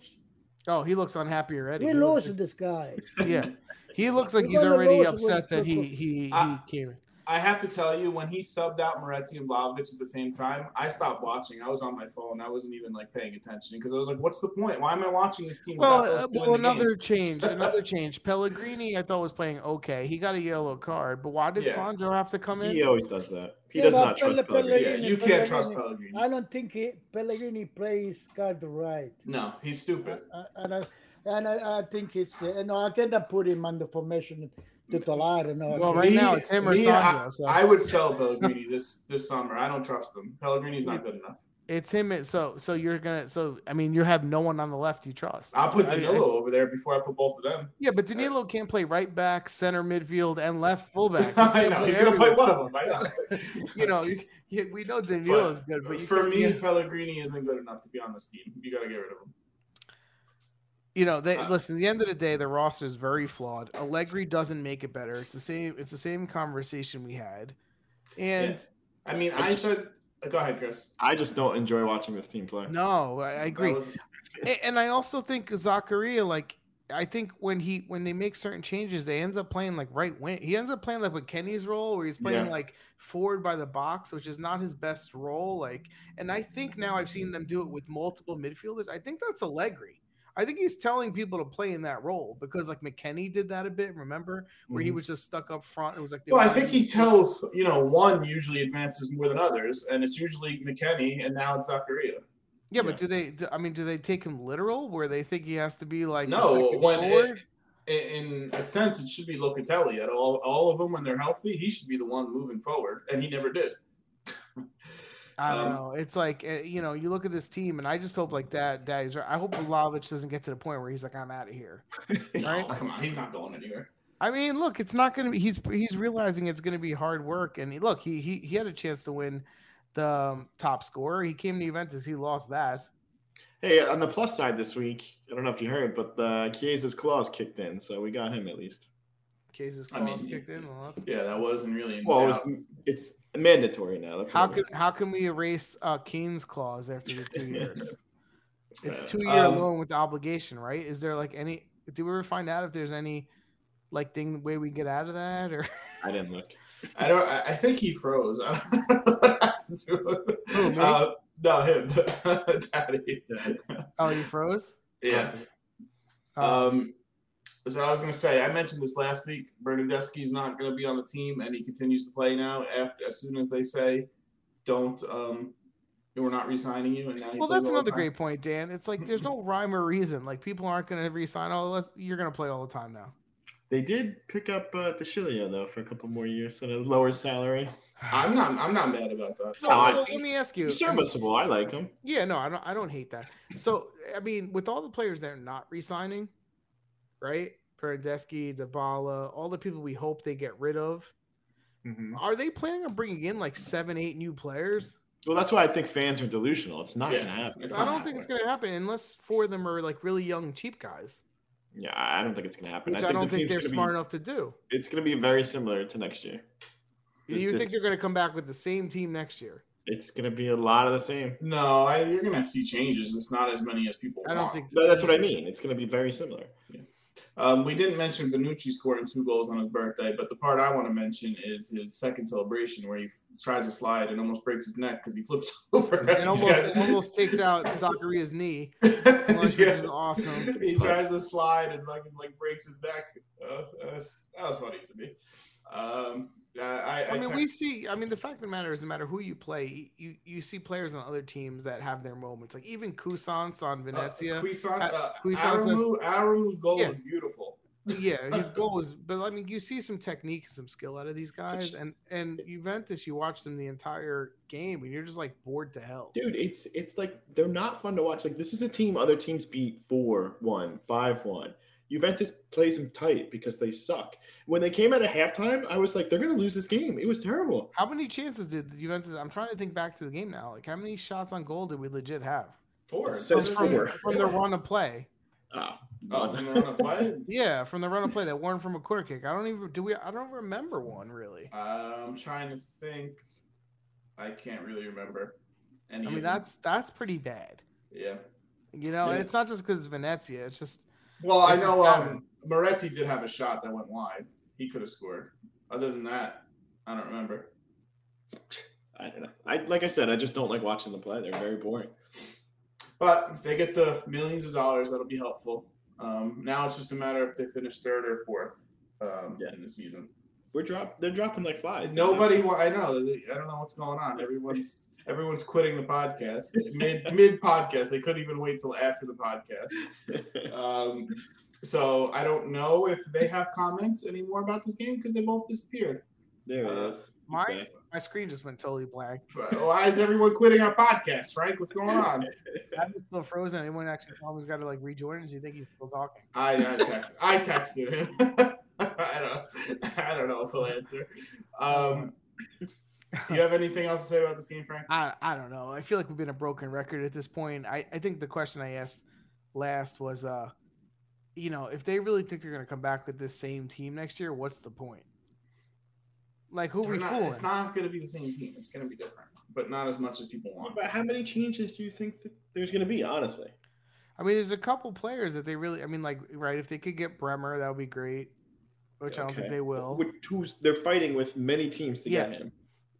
[SPEAKER 1] Oh, he looks unhappy already.
[SPEAKER 2] We
[SPEAKER 1] He looks
[SPEAKER 2] lose this guy.
[SPEAKER 1] like- yeah, he looks like
[SPEAKER 2] We're
[SPEAKER 1] he's
[SPEAKER 2] gonna
[SPEAKER 1] already
[SPEAKER 2] lose
[SPEAKER 1] upset
[SPEAKER 2] with-
[SPEAKER 1] that he
[SPEAKER 2] with-
[SPEAKER 1] he he
[SPEAKER 3] I-
[SPEAKER 1] came. in.
[SPEAKER 3] I have to tell you, when he subbed out Moretti and Vlahovic at the same time, I stopped watching. I was on my phone. I wasn't even like paying attention because I was like, "What's the point? Why am I watching this team?"
[SPEAKER 1] Well,
[SPEAKER 3] without those
[SPEAKER 1] uh,
[SPEAKER 3] two in
[SPEAKER 1] well,
[SPEAKER 3] the game?"
[SPEAKER 1] another change, another change. Pellegrini, I thought was playing okay. He got a yellow card, but why did
[SPEAKER 3] Yeah.
[SPEAKER 1] Sandro have to come in?
[SPEAKER 4] He always does that. He
[SPEAKER 2] Yeah,
[SPEAKER 4] does
[SPEAKER 2] but
[SPEAKER 4] not trust
[SPEAKER 2] Pelle-
[SPEAKER 4] Pellegrini.
[SPEAKER 3] Yeah, you can't trust Pellegrini.
[SPEAKER 2] I don't think he, Pellegrini plays card right.
[SPEAKER 3] No, he's stupid.
[SPEAKER 2] Uh, and I, and I, I think it's uh, no, I cannot put him on the formation to Tolari. No,
[SPEAKER 1] Well,
[SPEAKER 2] I
[SPEAKER 1] right
[SPEAKER 3] Me-
[SPEAKER 1] now it's him or
[SPEAKER 3] me,
[SPEAKER 1] Sandro. so.
[SPEAKER 3] I would sell Pellegrini this this summer. I don't trust him. Pellegrini's not good enough.
[SPEAKER 1] it's him. it- So so you're gonna. So I mean, you have no one on the left you trust.
[SPEAKER 3] I'll put
[SPEAKER 1] I- I-
[SPEAKER 3] Danilo over there before I put both of them.
[SPEAKER 1] Yeah, but Danilo can't play right back, center midfield, and left fullback. He
[SPEAKER 3] I
[SPEAKER 1] can't
[SPEAKER 3] know
[SPEAKER 1] play
[SPEAKER 3] he's gonna play
[SPEAKER 1] everywhere.
[SPEAKER 3] one of them. I know.
[SPEAKER 1] You know, you- you- we know Danilo's good, but you
[SPEAKER 3] For
[SPEAKER 1] can't-
[SPEAKER 3] me,
[SPEAKER 1] yeah.
[SPEAKER 3] Pellegrini isn't good enough to be on this team. You gotta get rid of him.
[SPEAKER 1] you know, they,
[SPEAKER 3] Uh,
[SPEAKER 1] listen. At the end of the day, the roster is very flawed. Allegri doesn't make it better. It's the same. It's the same conversation we had, and
[SPEAKER 3] I mean,
[SPEAKER 4] I
[SPEAKER 3] I,
[SPEAKER 4] just-
[SPEAKER 3] said, go ahead, Chris.
[SPEAKER 4] I just don't enjoy watching this team play.
[SPEAKER 1] no, I, I
[SPEAKER 3] That
[SPEAKER 1] agree.
[SPEAKER 3] was-
[SPEAKER 1] A- and I also think Zachariah, like I think when he when they make certain changes, they ends up playing like right wing. He ends up playing like with Kenny's role, where he's playing
[SPEAKER 3] Yeah.
[SPEAKER 1] like forward by the box, which is not his best role. Like, and I think now I've seen them do it with multiple midfielders. I think that's Allegri. I think he's telling people to play in that role because like McKenny did that a bit, remember, where
[SPEAKER 4] Mm-hmm.
[SPEAKER 1] he was just stuck up front. It was like they
[SPEAKER 3] Mm-hmm. well, I
[SPEAKER 1] were-
[SPEAKER 3] think he tells you know one usually advances more than others, and it's usually McKenny, and now it's Zakaria.
[SPEAKER 1] yeah, but
[SPEAKER 4] yeah.
[SPEAKER 1] do they? Do, I mean, do they take him literal, where they think he has to be like the
[SPEAKER 3] No,
[SPEAKER 1] second
[SPEAKER 3] when it-
[SPEAKER 1] forward?
[SPEAKER 3] In, in a sense, it should be Locatelli. At all, all of them when they're healthy, he should be the one moving forward, and he never did.
[SPEAKER 1] I don't
[SPEAKER 3] Um,
[SPEAKER 1] know. It's like eh, you know, you look at this team, and I just hope like that. Daddy's right. I hope Vlahovic doesn't get to the point where he's like, I'm out of here.
[SPEAKER 3] No,
[SPEAKER 1] Right.
[SPEAKER 3] come on, he's not going anywhere.
[SPEAKER 1] I mean, look, it's not going to be. He's he's realizing it's going to be hard work, and he- look, he he he had a chance to win the um, top scorer. He came to Juventus, he lost that.
[SPEAKER 4] Hey, on the plus side this week, I don't know if you heard, but the Chiesa's clause kicked in, so we got him at least.
[SPEAKER 1] Cases
[SPEAKER 3] I mean,
[SPEAKER 1] clause
[SPEAKER 3] you-
[SPEAKER 1] kicked in. Well, that's
[SPEAKER 3] Yeah, that wasn't really. In
[SPEAKER 4] Well,
[SPEAKER 3] doubt.
[SPEAKER 4] it's, it's mandatory now. That's
[SPEAKER 1] how
[SPEAKER 4] what-
[SPEAKER 1] can how can we erase uh, Kane's clause after the two years? it's
[SPEAKER 3] Uh,
[SPEAKER 1] two year
[SPEAKER 3] um,
[SPEAKER 1] loan with the obligation, right? Is there like any? Do we ever find out if there's any like thing the way we get out of that or
[SPEAKER 4] I didn't look.
[SPEAKER 3] I don't. I I think he froze. I don't know what happened to him.
[SPEAKER 1] Who, me?
[SPEAKER 3] Uh, no, him, Daddy.
[SPEAKER 1] oh you froze?
[SPEAKER 3] Yeah.
[SPEAKER 1] Uh,
[SPEAKER 3] Um, so I was going to say, I mentioned this last week. Bernadeschi's not going to be on the team, and he continues to play now. After as soon as they say, "Don't," um, we're not re-signing you, and now he
[SPEAKER 1] well,
[SPEAKER 3] plays
[SPEAKER 1] that's
[SPEAKER 3] all the
[SPEAKER 1] another
[SPEAKER 3] time.
[SPEAKER 1] great point, Dan. It's like there's no rhyme or reason. Like people aren't going to resign. Oh, let's, you're going to play all the time now.
[SPEAKER 4] They did pick up uh, DeCilio, though, for a couple more years at a lower salary.
[SPEAKER 3] I'm not. I'm not mad about that.
[SPEAKER 1] So,
[SPEAKER 4] No, I-
[SPEAKER 1] so let me ask you.
[SPEAKER 4] He's serviceable. I like him.
[SPEAKER 1] Yeah, no, I don't. I don't hate that. So I mean, with all the players that are not re-signing, right? Peredeski, Dybala, all the people we hope they get rid of. Are they planning on bringing in like seven, eight new players?
[SPEAKER 4] Well, that's why I think fans are delusional. It's not
[SPEAKER 3] Yeah.
[SPEAKER 4] going to happen.
[SPEAKER 3] It's
[SPEAKER 1] I
[SPEAKER 3] not
[SPEAKER 1] don't think it's
[SPEAKER 3] happening.
[SPEAKER 1] going to happen unless four of them are like really young, cheap guys,
[SPEAKER 4] Yeah, I don't think it's going to happen.
[SPEAKER 1] which I, don't
[SPEAKER 4] the
[SPEAKER 1] think
[SPEAKER 4] team's
[SPEAKER 1] they're
[SPEAKER 4] gonna be-
[SPEAKER 1] smart enough to do.
[SPEAKER 4] It's going to be very similar to next year.
[SPEAKER 1] You
[SPEAKER 4] This-
[SPEAKER 1] you
[SPEAKER 4] this-
[SPEAKER 1] think they're going to come back with the same team next year?
[SPEAKER 4] It's going to be a lot of the same.
[SPEAKER 3] No, I, you're going to see changes. It's not as many as people.
[SPEAKER 1] I don't
[SPEAKER 3] want.
[SPEAKER 1] think
[SPEAKER 4] No, that's what I mean. It's going to be very similar.
[SPEAKER 3] Um, we didn't mention Benucci scoring two goals on his birthday, but the part I want to mention is his second celebration where he f- tries a slide and almost breaks his neck because he flips over.
[SPEAKER 1] and almost
[SPEAKER 3] Yeah.
[SPEAKER 1] it almost takes out Zacharia's knee. Lunch
[SPEAKER 3] Yeah.
[SPEAKER 1] is awesome.
[SPEAKER 3] He tries to slide and fucking like breaks his neck. Uh, that's- that was funny to me. Um, I, I,
[SPEAKER 1] I mean,
[SPEAKER 3] text-
[SPEAKER 1] we see. I mean, the fact of the matter is, no matter who you play, you you see players on other teams that have their moments. Like even Cousins on
[SPEAKER 3] uh,
[SPEAKER 1] Venezia.
[SPEAKER 3] Cuisance- uh,
[SPEAKER 1] Cuisance was-
[SPEAKER 3] Aramu- Aramu's goal
[SPEAKER 1] Yeah.
[SPEAKER 3] was beautiful.
[SPEAKER 1] yeah, his goal was. But I mean, you see some technique and some skill out of these guys. And and Juventus, you watch them the entire game, and you're just like bored to hell.
[SPEAKER 4] Dude, it's it's like they're not fun to watch. Like this is a team other teams beat 4-1, 5-1. Juventus plays them tight because they suck. When they came out of halftime, I was like they're going to lose this game. It was terrible.
[SPEAKER 1] How many chances did Juventus? I'm trying to think back to the game now. Like how many shots on goal did we legit have
[SPEAKER 3] Four.
[SPEAKER 4] It says
[SPEAKER 3] Doesn't
[SPEAKER 1] from
[SPEAKER 4] four.
[SPEAKER 3] matter.
[SPEAKER 1] from the run of play?
[SPEAKER 4] Ah,
[SPEAKER 3] Oh, from the run of play?
[SPEAKER 1] Yeah, from the run of play that weren't from a corner kick. I don't even do we. I don't remember one really.
[SPEAKER 3] I'm trying to think. I can't really remember. Any
[SPEAKER 1] I
[SPEAKER 3] of
[SPEAKER 1] mean,
[SPEAKER 3] them.
[SPEAKER 1] that's that's pretty bad.
[SPEAKER 3] yeah.
[SPEAKER 1] You know, and
[SPEAKER 3] Yeah.
[SPEAKER 1] it's not just because it's Venezia. It's just
[SPEAKER 3] Well, I
[SPEAKER 1] It's a
[SPEAKER 3] know um,
[SPEAKER 1] pattern.
[SPEAKER 3] Moretti did have a shot that went wide. He could have scored. Other than that, I don't remember.
[SPEAKER 4] I don't know. I like I said, I just don't like watching them play. They're very boring.
[SPEAKER 3] But if they get the millions of dollars, that'll be helpful. Um, now it's just a matter if they finish third or fourth um,
[SPEAKER 4] Yeah.
[SPEAKER 3] in the season.
[SPEAKER 4] We're drop. They're dropping like five.
[SPEAKER 3] Nobody, wa- I know, I don't know what's going on. Everyone's everyone's quitting the podcast mid mid podcast. They couldn't even wait till after the podcast. Um, so I don't know if they have comments anymore about this game because they both disappeared.
[SPEAKER 4] there it
[SPEAKER 3] Uh,
[SPEAKER 4] is. It's
[SPEAKER 1] my
[SPEAKER 4] back.
[SPEAKER 1] my screen just went totally blank.
[SPEAKER 3] But Why is everyone quitting our podcast, Frank? What's going on?
[SPEAKER 1] I'm just still frozen. Anyone actually tell him he's got to like rejoin? Does he think he's still talking?
[SPEAKER 3] I, I text. I texted him. I don't. I don't know if he'll answer. Um, you have anything else to say about this game, Frank?
[SPEAKER 1] I I don't know. I feel like we've been a broken record at this point. I I think the question I asked last was uh, you know, if they really think they're gonna come back with this same team next year, what's the point? Like who are
[SPEAKER 3] They're
[SPEAKER 1] we
[SPEAKER 3] not-
[SPEAKER 1] fooling?
[SPEAKER 3] it's not going to be the same team. It's going to be different, but not as much as people want.
[SPEAKER 4] But how many changes do you think that there's going to be? Honestly,
[SPEAKER 1] I mean, there's a couple players that they really. I mean, like right, if they could get Bremer, that would be great. Which I don't think
[SPEAKER 4] Okay.
[SPEAKER 1] they will.
[SPEAKER 4] With who's they're fighting with many teams to get him.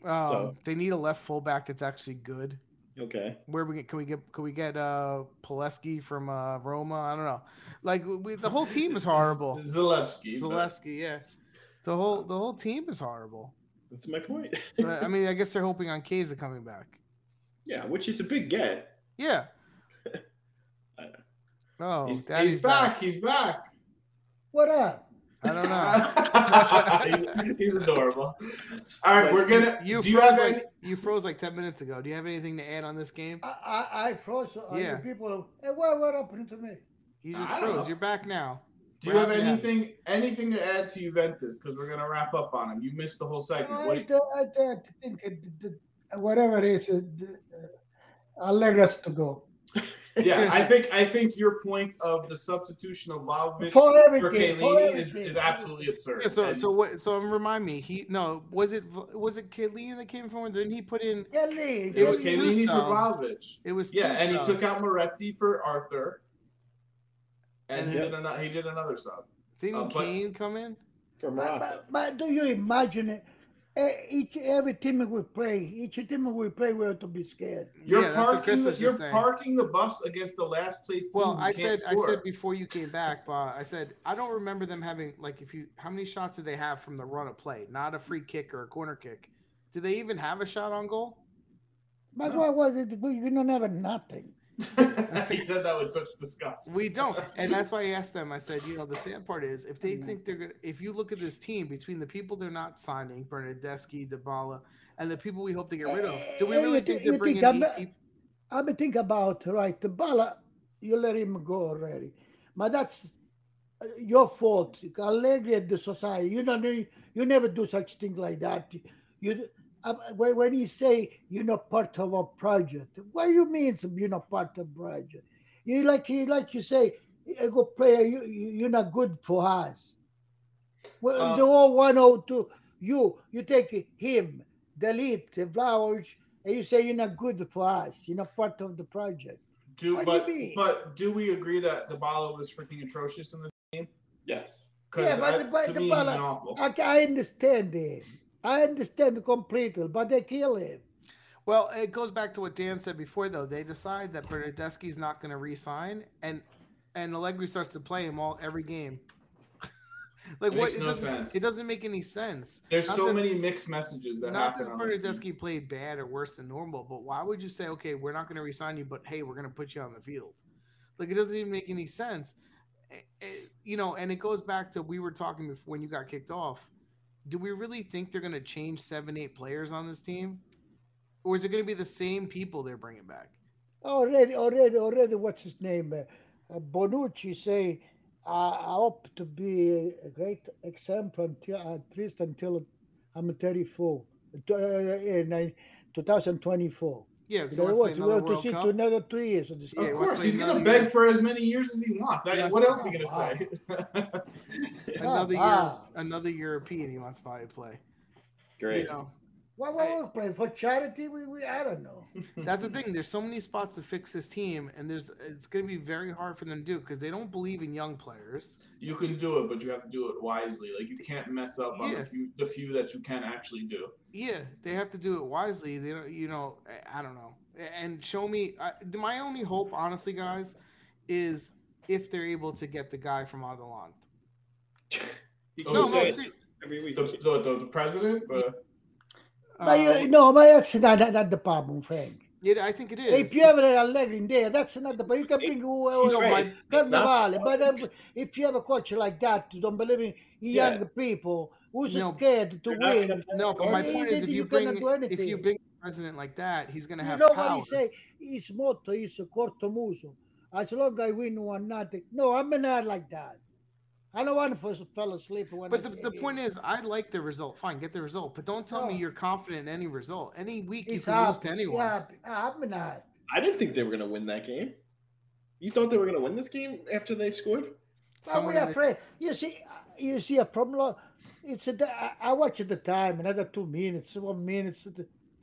[SPEAKER 1] Um,
[SPEAKER 4] so-
[SPEAKER 1] They need a left fullback that's actually good.
[SPEAKER 4] Okay.
[SPEAKER 1] where we get can we get can we get uh Pileski from uh Roma? I don't know. Like we, the whole team is horrible.
[SPEAKER 3] Zalewski. but-
[SPEAKER 1] Zaleski, yeah. The whole the whole team is horrible.
[SPEAKER 4] That's my point.
[SPEAKER 1] But, I mean, I guess they're hoping on Keza coming back.
[SPEAKER 4] yeah, which is a big get.
[SPEAKER 1] Yeah.
[SPEAKER 4] I
[SPEAKER 1] Oh,
[SPEAKER 3] he's,
[SPEAKER 1] daddy's
[SPEAKER 3] he's back. He's back.
[SPEAKER 2] What up?
[SPEAKER 1] I don't know.
[SPEAKER 3] he's, he's adorable. All right, we're gonna.
[SPEAKER 1] You
[SPEAKER 3] do you
[SPEAKER 1] froze
[SPEAKER 3] have
[SPEAKER 1] like
[SPEAKER 3] any?
[SPEAKER 1] you froze like ten minutes ago. Do you have anything to add on this game?
[SPEAKER 2] I, I, I froze. uh,
[SPEAKER 1] Yeah.
[SPEAKER 2] the People, hey, what, what happened to me?
[SPEAKER 1] You just
[SPEAKER 3] I don't
[SPEAKER 1] froze.
[SPEAKER 3] know.
[SPEAKER 1] You're back now.
[SPEAKER 3] Do you have
[SPEAKER 1] Yeah.
[SPEAKER 3] anything? Anything to add to Juventus? Because we're gonna wrap up on him. You missed the whole segment.
[SPEAKER 2] I,
[SPEAKER 3] What do
[SPEAKER 2] don't, I don't think it, the, the- whatever it is, it, uh, Allegri's to go.
[SPEAKER 3] you- yeah, I think I think your point of the substitution of Vlahovic
[SPEAKER 2] For
[SPEAKER 3] for
[SPEAKER 2] everything, for
[SPEAKER 3] Kalini is,
[SPEAKER 2] everything.
[SPEAKER 3] is absolutely absurd.
[SPEAKER 1] Yeah, so
[SPEAKER 3] And-
[SPEAKER 1] so what? So um, remind me. He no. Was it V- was it Kalina that came forward? Didn't he put in?
[SPEAKER 2] Yeah, Lee,
[SPEAKER 3] it was
[SPEAKER 1] was
[SPEAKER 2] just-
[SPEAKER 1] two
[SPEAKER 3] Kalini for
[SPEAKER 1] subs.
[SPEAKER 3] Vlahovic.
[SPEAKER 1] It was
[SPEAKER 3] Yeah,
[SPEAKER 1] two
[SPEAKER 3] and
[SPEAKER 1] subs.
[SPEAKER 3] he took out Moretti for Arthur. And,
[SPEAKER 1] And
[SPEAKER 3] he,
[SPEAKER 4] who-
[SPEAKER 3] did another, he did another sub.
[SPEAKER 1] Didn't
[SPEAKER 3] uh, but-
[SPEAKER 1] Kane come in?
[SPEAKER 4] From
[SPEAKER 2] But,
[SPEAKER 4] Rafa.
[SPEAKER 2] but, but do you imagine it? Eh, Each every team we play, each team we play, we have to be scared.
[SPEAKER 3] You're
[SPEAKER 1] yeah, that's what Chris
[SPEAKER 3] parking.
[SPEAKER 1] was just
[SPEAKER 3] You're
[SPEAKER 1] saying.
[SPEAKER 3] parking the bus against the last place team.
[SPEAKER 1] Well,
[SPEAKER 3] who
[SPEAKER 1] I
[SPEAKER 3] can't
[SPEAKER 1] said I
[SPEAKER 3] score.
[SPEAKER 1] said before you came back, Bob. I said I don't remember them having like if you how many shots did they have from the run of play? Not a free kick or a corner kick. Did they even have a shot on goal?
[SPEAKER 2] But
[SPEAKER 3] No.
[SPEAKER 2] what was it? We we don't have nothing.
[SPEAKER 3] he said that with such disgust.
[SPEAKER 1] We don't, and that's why I asked them. I said, you know, the sad part is if they think they're gonna, if you look at this team between the people they're not signing, Bernadeschi, Dybala, and the people we hope to get rid of, do we
[SPEAKER 2] Eh,
[SPEAKER 1] really
[SPEAKER 2] you
[SPEAKER 1] think
[SPEAKER 2] thi-
[SPEAKER 1] they're
[SPEAKER 2] you think
[SPEAKER 1] bringing?
[SPEAKER 2] I'm-
[SPEAKER 1] eight peop-
[SPEAKER 2] I've been thinking about right the ball. You let him go already, but that's uh, your fault. Allegri at the society. You don't. need- You never do such thing like that. You uh, when when you say you're not part of a project, what do you mean you're not part of project? You like you like you say, a good player. You you- you're not good for us. Well,
[SPEAKER 3] Uh,
[SPEAKER 2] the whole one oh two. You you take him, delete Vlahovic, and you say you're not good for us. You're not part of the project.
[SPEAKER 3] Do
[SPEAKER 2] What do you
[SPEAKER 3] but
[SPEAKER 2] mean?
[SPEAKER 3] but do we agree that Dybala was freaking atrocious in this?
[SPEAKER 4] Yes.
[SPEAKER 2] Yeah,
[SPEAKER 3] Because
[SPEAKER 2] but the- but
[SPEAKER 3] to
[SPEAKER 2] the
[SPEAKER 3] me, he's
[SPEAKER 2] Dybala-
[SPEAKER 3] an awful.
[SPEAKER 2] I, I understand him. I understand completely, but they kill him.
[SPEAKER 1] Well, it goes back to what Dan said before, though. They decide that Bernadeschi's not going to re-sign, and and Allegri starts to play him all every game. like
[SPEAKER 3] It
[SPEAKER 1] what?
[SPEAKER 3] makes
[SPEAKER 1] it,
[SPEAKER 3] no
[SPEAKER 1] doesn't,
[SPEAKER 3] sense.
[SPEAKER 1] it doesn't make any sense.
[SPEAKER 3] There's
[SPEAKER 1] not
[SPEAKER 3] so
[SPEAKER 1] that-
[SPEAKER 3] many mixed messages that
[SPEAKER 1] not
[SPEAKER 3] happen
[SPEAKER 1] that
[SPEAKER 3] on this team.
[SPEAKER 1] Bernadeschi played bad or worse than normal, but why would you say, okay, we're not going to resign you, but hey, we're going to put you on the field? Like it doesn't even make any sense. Eh, eh, you know, and it goes back to we were talking before when you got kicked off. Do we really think they're going to change seven, eight players on this team, or is it going to be the same people they're bringing back?
[SPEAKER 2] Already, already, already. What's his name? Uh, uh, Bonucci say, I, I hope to be a great example until at least until I'm 34, uh, in nine- 2024.
[SPEAKER 1] Yeah,
[SPEAKER 2] You
[SPEAKER 1] because
[SPEAKER 2] know what?
[SPEAKER 1] wants to
[SPEAKER 2] You
[SPEAKER 1] play another
[SPEAKER 2] have to
[SPEAKER 1] World
[SPEAKER 2] see
[SPEAKER 1] Cup.
[SPEAKER 2] to another two years. Of this
[SPEAKER 1] Yeah, he
[SPEAKER 3] of
[SPEAKER 1] wants
[SPEAKER 3] course,
[SPEAKER 1] to
[SPEAKER 3] he's
[SPEAKER 1] play
[SPEAKER 3] gonna
[SPEAKER 1] another
[SPEAKER 3] beg for as many years as he wants. I-
[SPEAKER 1] Yeah,
[SPEAKER 3] what
[SPEAKER 1] so-
[SPEAKER 3] else are you gonna say?
[SPEAKER 1] another year,
[SPEAKER 2] Ah.
[SPEAKER 1] another European. He wants to probably play.
[SPEAKER 4] Great.
[SPEAKER 1] You know,
[SPEAKER 2] What, what we play for charity? We, we I don't know.
[SPEAKER 1] That's the thing. There's so many spots to fix this team, and there's it's going to be very hard for them to do because they don't believe in young players.
[SPEAKER 3] you can do it, but you have to do it wisely. Like you can't mess up on
[SPEAKER 1] Yeah.
[SPEAKER 3] the few the few that you can actually do.
[SPEAKER 1] Yeah, they have to do it wisely. They don't, you know, I, I don't know. A- And show me I, my only hope, honestly, guys, is if they're able to get the guy from Adelant.
[SPEAKER 4] He
[SPEAKER 3] Oh,
[SPEAKER 1] No,
[SPEAKER 4] keeps
[SPEAKER 1] no,
[SPEAKER 4] it
[SPEAKER 3] okay.
[SPEAKER 1] ser-
[SPEAKER 4] every week.
[SPEAKER 3] The the, the, the president, the,
[SPEAKER 2] but
[SPEAKER 1] uh,
[SPEAKER 2] you, no, but that's not, not, not the problem, Frank.
[SPEAKER 1] it, I think it is.
[SPEAKER 2] If you have an Allegri in there, that's not the problem. You can bring whoever
[SPEAKER 4] He's
[SPEAKER 2] you
[SPEAKER 4] right.
[SPEAKER 2] want.
[SPEAKER 4] It's- it's not-
[SPEAKER 2] Carnivale, but um, if you have a coach like that, who don't believe in
[SPEAKER 4] Yeah.
[SPEAKER 2] young people who's
[SPEAKER 1] No,
[SPEAKER 2] scared to
[SPEAKER 4] You're not
[SPEAKER 2] win.
[SPEAKER 4] gonna play
[SPEAKER 1] no, but my
[SPEAKER 2] Yeah,
[SPEAKER 1] point
[SPEAKER 2] they-
[SPEAKER 1] is, if
[SPEAKER 2] you
[SPEAKER 1] you
[SPEAKER 2] cannot
[SPEAKER 1] bring
[SPEAKER 2] do
[SPEAKER 1] if you
[SPEAKER 2] anything.
[SPEAKER 1] bring a president like that, he's going to
[SPEAKER 2] You
[SPEAKER 1] have
[SPEAKER 2] know what
[SPEAKER 1] power.
[SPEAKER 2] he say? His motto is corto muso. As long as I win one nothing. No, I'm not like that. I don't want to fall asleep when
[SPEAKER 1] But
[SPEAKER 2] I
[SPEAKER 1] the,
[SPEAKER 2] say
[SPEAKER 1] the point is, I like the result. Fine, get the result, but don't tell me
[SPEAKER 2] No.
[SPEAKER 1] you're confident in any result. Any week you
[SPEAKER 2] it's
[SPEAKER 1] can lose
[SPEAKER 2] up.
[SPEAKER 1] to anyone.
[SPEAKER 2] Yeah, Ah, I'm not.
[SPEAKER 4] I didn't think they were going to win that game. You thought they were going to win this game after they scored?
[SPEAKER 2] But
[SPEAKER 1] Someone
[SPEAKER 2] we are
[SPEAKER 1] in the-
[SPEAKER 2] afraid. You see, you see a problem. It's a, I, I watch the time, another two minutes, one minute.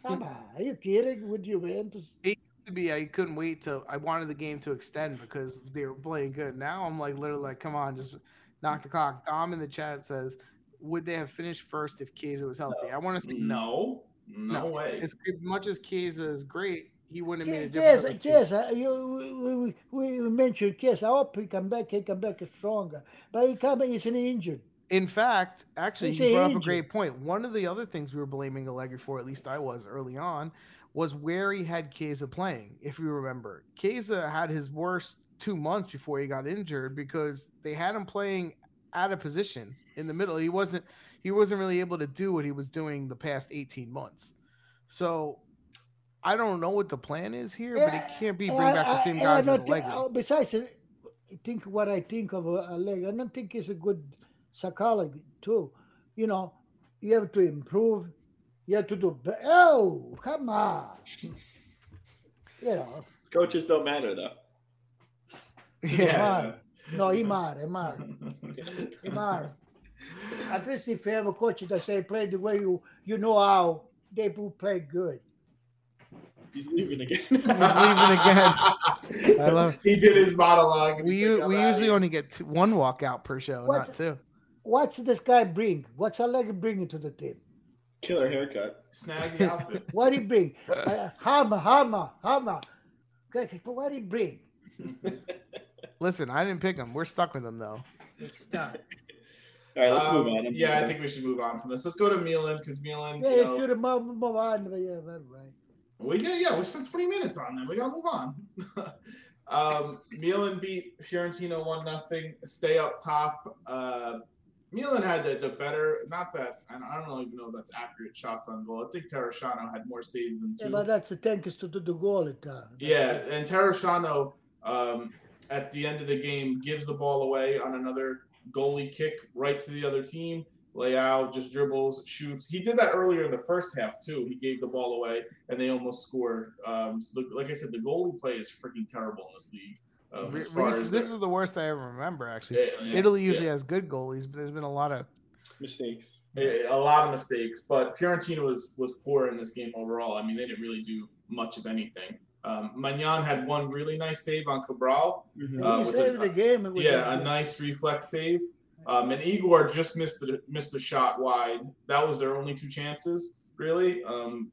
[SPEAKER 2] Come on, are you kidding? Would you Juventus?
[SPEAKER 1] to be I couldn't wait to I wanted the game to extend because they were playing good. Now I'm like literally like, come on, just knock the clock. Dom in the chat says, would they have finished first if Chiesa was healthy? I want to say no.
[SPEAKER 3] no, no,
[SPEAKER 1] No.
[SPEAKER 3] way.
[SPEAKER 1] As much as Chiesa is great, he wouldn't have made a difference. on this
[SPEAKER 2] Yes,
[SPEAKER 1] team.
[SPEAKER 2] yes. uh, You, we, we, we mentioned Kiss. I hope he come back. He come back stronger, but he come. He's an injured.
[SPEAKER 1] In fact, actually,
[SPEAKER 2] He's
[SPEAKER 1] you brought up a
[SPEAKER 2] aging.
[SPEAKER 1] great point. One of the other things we were blaming Allegri for, at least I was early on, was where he had Chiesa playing. If you remember, Chiesa had his worst two months before he got injured because they had him playing out of position in the middle. He wasn't he wasn't really able to do what he was doing the past 18 months. So I don't know what the plan is here, but it can't be bring back the same guys
[SPEAKER 2] I, I
[SPEAKER 1] in
[SPEAKER 2] don't
[SPEAKER 1] the leg.
[SPEAKER 2] thi- uh, besides, uh, I think what I think of a, a leg, I don't think he's a good psychologist too. You know, you have to improve. You have to do. be- Oh, come on. You know,
[SPEAKER 4] Coaches don't matter though.
[SPEAKER 3] Yeah.
[SPEAKER 2] no, Imar, Imar, Imar. At least if you have a coach that say play the way you you know how, they will play good.
[SPEAKER 4] He's leaving again.
[SPEAKER 1] He's leaving again. I love-
[SPEAKER 3] He did his monologue.
[SPEAKER 1] We,
[SPEAKER 3] He's like,
[SPEAKER 1] u-
[SPEAKER 3] "I'm
[SPEAKER 1] we
[SPEAKER 3] outta
[SPEAKER 1] usually
[SPEAKER 3] here."
[SPEAKER 1] only get two, one walkout per show,
[SPEAKER 2] What's-
[SPEAKER 1] not two.
[SPEAKER 2] What's this guy bring? What's Allegri bringing to the team?
[SPEAKER 4] Killer haircut.
[SPEAKER 3] snazzy outfits.
[SPEAKER 2] What did he bring? uh, hammer, hammer, hammer. Okay, But what did he bring?
[SPEAKER 1] Listen, I didn't pick him. We're stuck with him though.
[SPEAKER 2] It's not.
[SPEAKER 4] All right, let's
[SPEAKER 3] Um,
[SPEAKER 4] move on. I'm
[SPEAKER 3] yeah, I
[SPEAKER 4] done.
[SPEAKER 3] think we should move on from this. Let's go to Milan because Milan.
[SPEAKER 2] Yeah,
[SPEAKER 3] you know,
[SPEAKER 2] you should have moved, move on. but Yeah, that's right.
[SPEAKER 3] We did, yeah. We spent 20 minutes on them. We gotta move on. um, Milan beat Fiorentina one nothing. Stay up top. Uh, Milan had the, the better. Not that I don't, I don't even know if that's accurate shots on goal. I think Terrashano had more saves than
[SPEAKER 2] Yeah,
[SPEAKER 3] two.
[SPEAKER 2] but that's the thanks to do the goal at time.
[SPEAKER 3] Yeah, and Terrashano um, at the end of the game gives the ball away on another goalie kick right to the other team. Leao just dribbles, shoots. He did that earlier in the first half too. He gave the ball away, and they almost scored. Um, so the- like I said, the goalie play is freaking terrible in this league. Um,
[SPEAKER 1] Re-
[SPEAKER 3] as far
[SPEAKER 1] this
[SPEAKER 3] as
[SPEAKER 1] this
[SPEAKER 3] the-
[SPEAKER 1] is the worst I ever remember. Actually,
[SPEAKER 3] Yeah, yeah,
[SPEAKER 1] Italy
[SPEAKER 3] yeah.
[SPEAKER 1] usually has good goalies, but there's been a lot of
[SPEAKER 4] mistakes.
[SPEAKER 3] a a lot of mistakes, but Fiorentina was was poor in this game overall. I mean, they didn't really do much of anything. Um, Magnan had one really nice save on Cabral,
[SPEAKER 1] Mm-hmm.
[SPEAKER 2] He
[SPEAKER 3] Uh, with the-
[SPEAKER 2] saved the game. with
[SPEAKER 3] Yeah,
[SPEAKER 2] the-
[SPEAKER 3] a nice reflex save. Um, and Igor just missed the missed the shot wide. That was their only two chances, really. Um,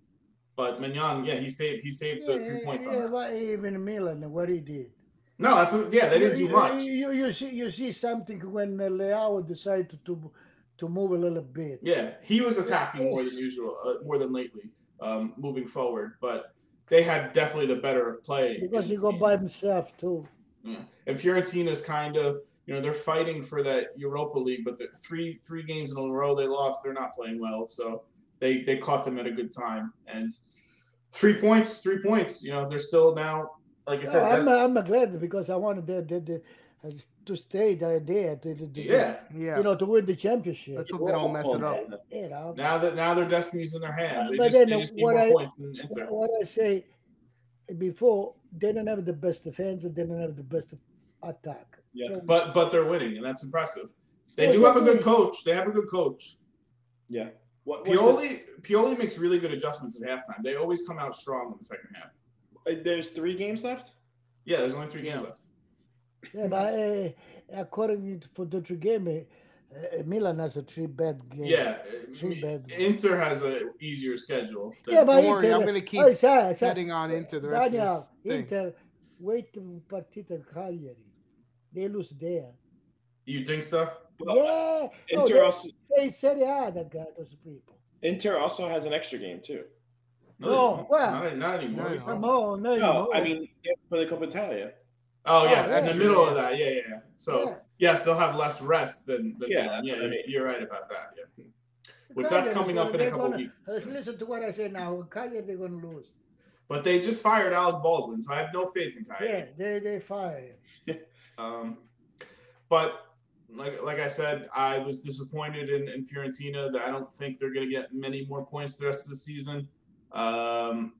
[SPEAKER 3] but Mignon, yeah, he saved he saved the three points on
[SPEAKER 2] yeah,
[SPEAKER 3] that.
[SPEAKER 2] well, even Milan, what he did.
[SPEAKER 3] No, that's what- yeah, they didn't
[SPEAKER 2] You-
[SPEAKER 3] do much.
[SPEAKER 2] You, you, you see, you see something when uh, Leao decided to to move a little bit.
[SPEAKER 3] Yeah, he was attacking more than usual, uh, more than lately, um, moving forward. But they had definitely the better of play in
[SPEAKER 2] Because he
[SPEAKER 3] this
[SPEAKER 2] go
[SPEAKER 3] game.
[SPEAKER 2] by himself too.
[SPEAKER 3] Yeah. And Fiorentina's kind of, you know, they're fighting for that Europa League, but the three three games in a row they lost. They're not playing well, so they they caught them at a good time. And three points, three points. You know, they're still now, like I
[SPEAKER 2] No,
[SPEAKER 3] said,
[SPEAKER 2] Oh, I'm,
[SPEAKER 3] that's-
[SPEAKER 2] I'm glad because I wanted the, the, the, uh, to stay there, there to, to, to-
[SPEAKER 3] yeah.
[SPEAKER 1] yeah.
[SPEAKER 2] you know, to win the championship.
[SPEAKER 1] Let's hope they don't mess it up.
[SPEAKER 2] you know,
[SPEAKER 3] Now that now their destiny's in their hands, they
[SPEAKER 2] But
[SPEAKER 3] just,
[SPEAKER 2] then
[SPEAKER 3] they just need
[SPEAKER 2] what
[SPEAKER 3] more
[SPEAKER 2] I-
[SPEAKER 3] points than Inter.
[SPEAKER 2] what I say before, they don't have the best defense and they don't have the best attack.
[SPEAKER 4] Yeah.
[SPEAKER 2] So,
[SPEAKER 3] But but they're winning, and that's impressive. They
[SPEAKER 2] Yeah,
[SPEAKER 3] do have a good
[SPEAKER 2] definitely.
[SPEAKER 3] coach. They have a good coach.
[SPEAKER 4] Yeah. What, what's the-
[SPEAKER 3] Pioli Pioli makes really good adjustments at halftime. They always come out strong in the second half.
[SPEAKER 4] uh, there's three games left.
[SPEAKER 3] Yeah, there's only three games
[SPEAKER 1] Yeah.
[SPEAKER 3] left.
[SPEAKER 2] yeah, but uh, according to for the three game, uh, uh, Milan has a three bad game.
[SPEAKER 3] Yeah,
[SPEAKER 2] Too
[SPEAKER 3] me-
[SPEAKER 2] bad.
[SPEAKER 3] Inter has a easier schedule.
[SPEAKER 2] Yeah, but
[SPEAKER 1] Don't worry,
[SPEAKER 2] Inter-
[SPEAKER 1] I'm gonna keep
[SPEAKER 2] oh, sorry, sorry.
[SPEAKER 1] betting on Inter the rest
[SPEAKER 2] Daniel,
[SPEAKER 1] of this thing.
[SPEAKER 2] Inter, wait to partita Cagliari. They lose there.
[SPEAKER 3] you think so?
[SPEAKER 1] Oh,
[SPEAKER 2] yeah, no,
[SPEAKER 4] Inter
[SPEAKER 2] they
[SPEAKER 4] also
[SPEAKER 2] play Serie A. That guy, those people.
[SPEAKER 4] Inter also has an extra game too.
[SPEAKER 2] No,
[SPEAKER 3] there's-
[SPEAKER 2] well-
[SPEAKER 3] not, not anymore.
[SPEAKER 1] No,
[SPEAKER 2] Come on, no,
[SPEAKER 4] No,
[SPEAKER 2] no.
[SPEAKER 4] I mean for the Coppa Italia.
[SPEAKER 3] Oh yes,
[SPEAKER 2] Oh,
[SPEAKER 3] in the
[SPEAKER 2] yeah.
[SPEAKER 3] middle of that. Yeah, yeah. yeah. So
[SPEAKER 2] Yeah.
[SPEAKER 3] yes, they'll have less rest than. than
[SPEAKER 4] Yeah,
[SPEAKER 3] Milan.
[SPEAKER 4] that's
[SPEAKER 3] yeah,
[SPEAKER 4] what I
[SPEAKER 3] you-
[SPEAKER 4] mean.
[SPEAKER 3] you're right about that. Yeah. Which that's
[SPEAKER 2] Cagliari,
[SPEAKER 3] coming up in a
[SPEAKER 2] they're
[SPEAKER 3] couple
[SPEAKER 2] gonna-
[SPEAKER 3] weeks.
[SPEAKER 2] Listen to what I say now. Cagliari, they're going to lose.
[SPEAKER 3] But they just fired Alec Baldwin, so I have no faith in Kyrie.
[SPEAKER 2] Yeah, they they fire him.
[SPEAKER 3] Um, but like like I said, I was disappointed in, in Fiorentina. That I don't think they're going to get many more points the rest of the season. Um,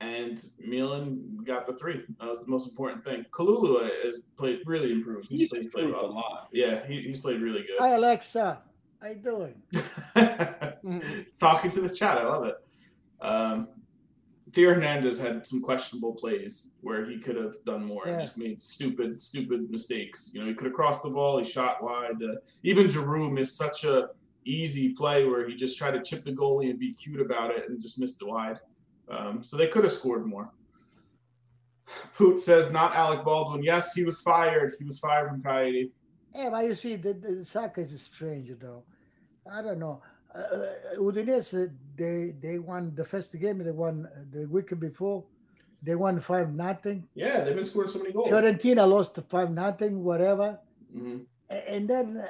[SPEAKER 3] and Milan got the three. That was the most important thing. Kalulu has played really improved. He's,
[SPEAKER 4] He's
[SPEAKER 3] played, played
[SPEAKER 4] improved a
[SPEAKER 3] well.
[SPEAKER 4] lot.
[SPEAKER 3] Yeah, he, he's played really
[SPEAKER 2] Hi,
[SPEAKER 3] good.
[SPEAKER 2] Alexa. How you doing?
[SPEAKER 1] Mhm.
[SPEAKER 3] he's talking to the chat. I love it. Um, Theo Hernandez had some questionable plays where he could have done more and
[SPEAKER 2] Yeah.
[SPEAKER 3] just made stupid, stupid mistakes. You know, he could have crossed the ball, he shot wide. Uh, even Giroud missed such a easy play where he just tried to chip the goalie and be cute about it and just missed it wide. Um, so they could have scored more. Poot says not Alec Baldwin. Yes, he was fired. He was fired from Coyote.
[SPEAKER 2] Yeah, but you see, the, the soccer is strange, though. I don't know. Uh, uh, Udinese, they they won the first game. They won uh, the week before. They won five nothing.
[SPEAKER 3] Yeah, they've been scoring so many goals.
[SPEAKER 2] Fiorentina lost five nothing. Whatever.
[SPEAKER 3] Mhm.
[SPEAKER 2] A- And then uh,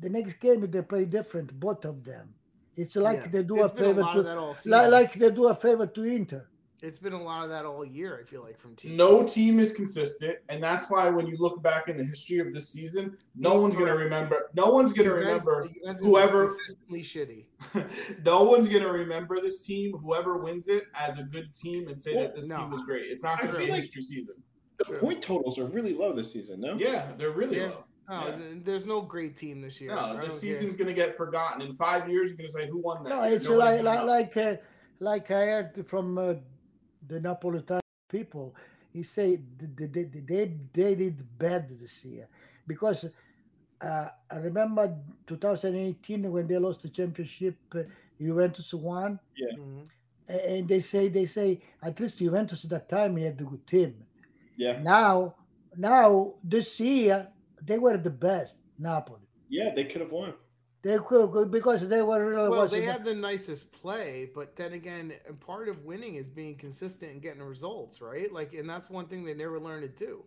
[SPEAKER 2] the next game they play different, both of them. It's like
[SPEAKER 1] Yeah.
[SPEAKER 2] they do
[SPEAKER 1] It's
[SPEAKER 2] a
[SPEAKER 1] been a
[SPEAKER 2] favor
[SPEAKER 1] lot
[SPEAKER 2] to
[SPEAKER 1] of that all
[SPEAKER 2] li-
[SPEAKER 1] season.
[SPEAKER 2] like they do a favor to Inter.
[SPEAKER 1] It's been a lot of that all year. I feel like from teams.
[SPEAKER 3] No team is consistent, and that's why when you look back in the history of this season, no one's gonna remember. No one's gonna
[SPEAKER 1] Juventus-
[SPEAKER 3] remember
[SPEAKER 1] Juventus is
[SPEAKER 3] whoever-
[SPEAKER 1] consistently shitty.
[SPEAKER 3] no one's gonna remember this team, whoever wins it, as a good team and say that this
[SPEAKER 1] No.
[SPEAKER 3] team was great. It's not
[SPEAKER 4] I
[SPEAKER 3] gonna be a
[SPEAKER 4] feel like-
[SPEAKER 3] history season.
[SPEAKER 4] The
[SPEAKER 1] True.
[SPEAKER 4] point totals are really low this season, no?
[SPEAKER 3] Yeah, they're really
[SPEAKER 1] Yeah.
[SPEAKER 3] low.
[SPEAKER 1] No,
[SPEAKER 3] Yeah.
[SPEAKER 1] th- there's no great team this year. I
[SPEAKER 3] No,
[SPEAKER 1] don't
[SPEAKER 3] this season's gonna get forgotten. In five years, you're gonna say who won that.
[SPEAKER 2] No, it's
[SPEAKER 3] Nobody's
[SPEAKER 2] like
[SPEAKER 3] gonna
[SPEAKER 2] like
[SPEAKER 3] know.
[SPEAKER 2] like, uh, like I heard from uh, the Napolitan people. He say th- th- th- th- they they did bad this year because uh, I remember 2018 when they lost the championship. Uh, Juventus won,
[SPEAKER 1] care. Mhm.
[SPEAKER 2] a- and they say they say at least Juventus at that time had a good team.
[SPEAKER 4] Yeah.
[SPEAKER 2] Now now this year they were the best Napoli.
[SPEAKER 4] Yeah, they could have won.
[SPEAKER 2] They could because they were really
[SPEAKER 1] Well,
[SPEAKER 2] was
[SPEAKER 1] they
[SPEAKER 2] the-
[SPEAKER 1] had the nicest play, but then again, and part of winning is being consistent and getting results, right? Like, and that's one thing they never learned to do.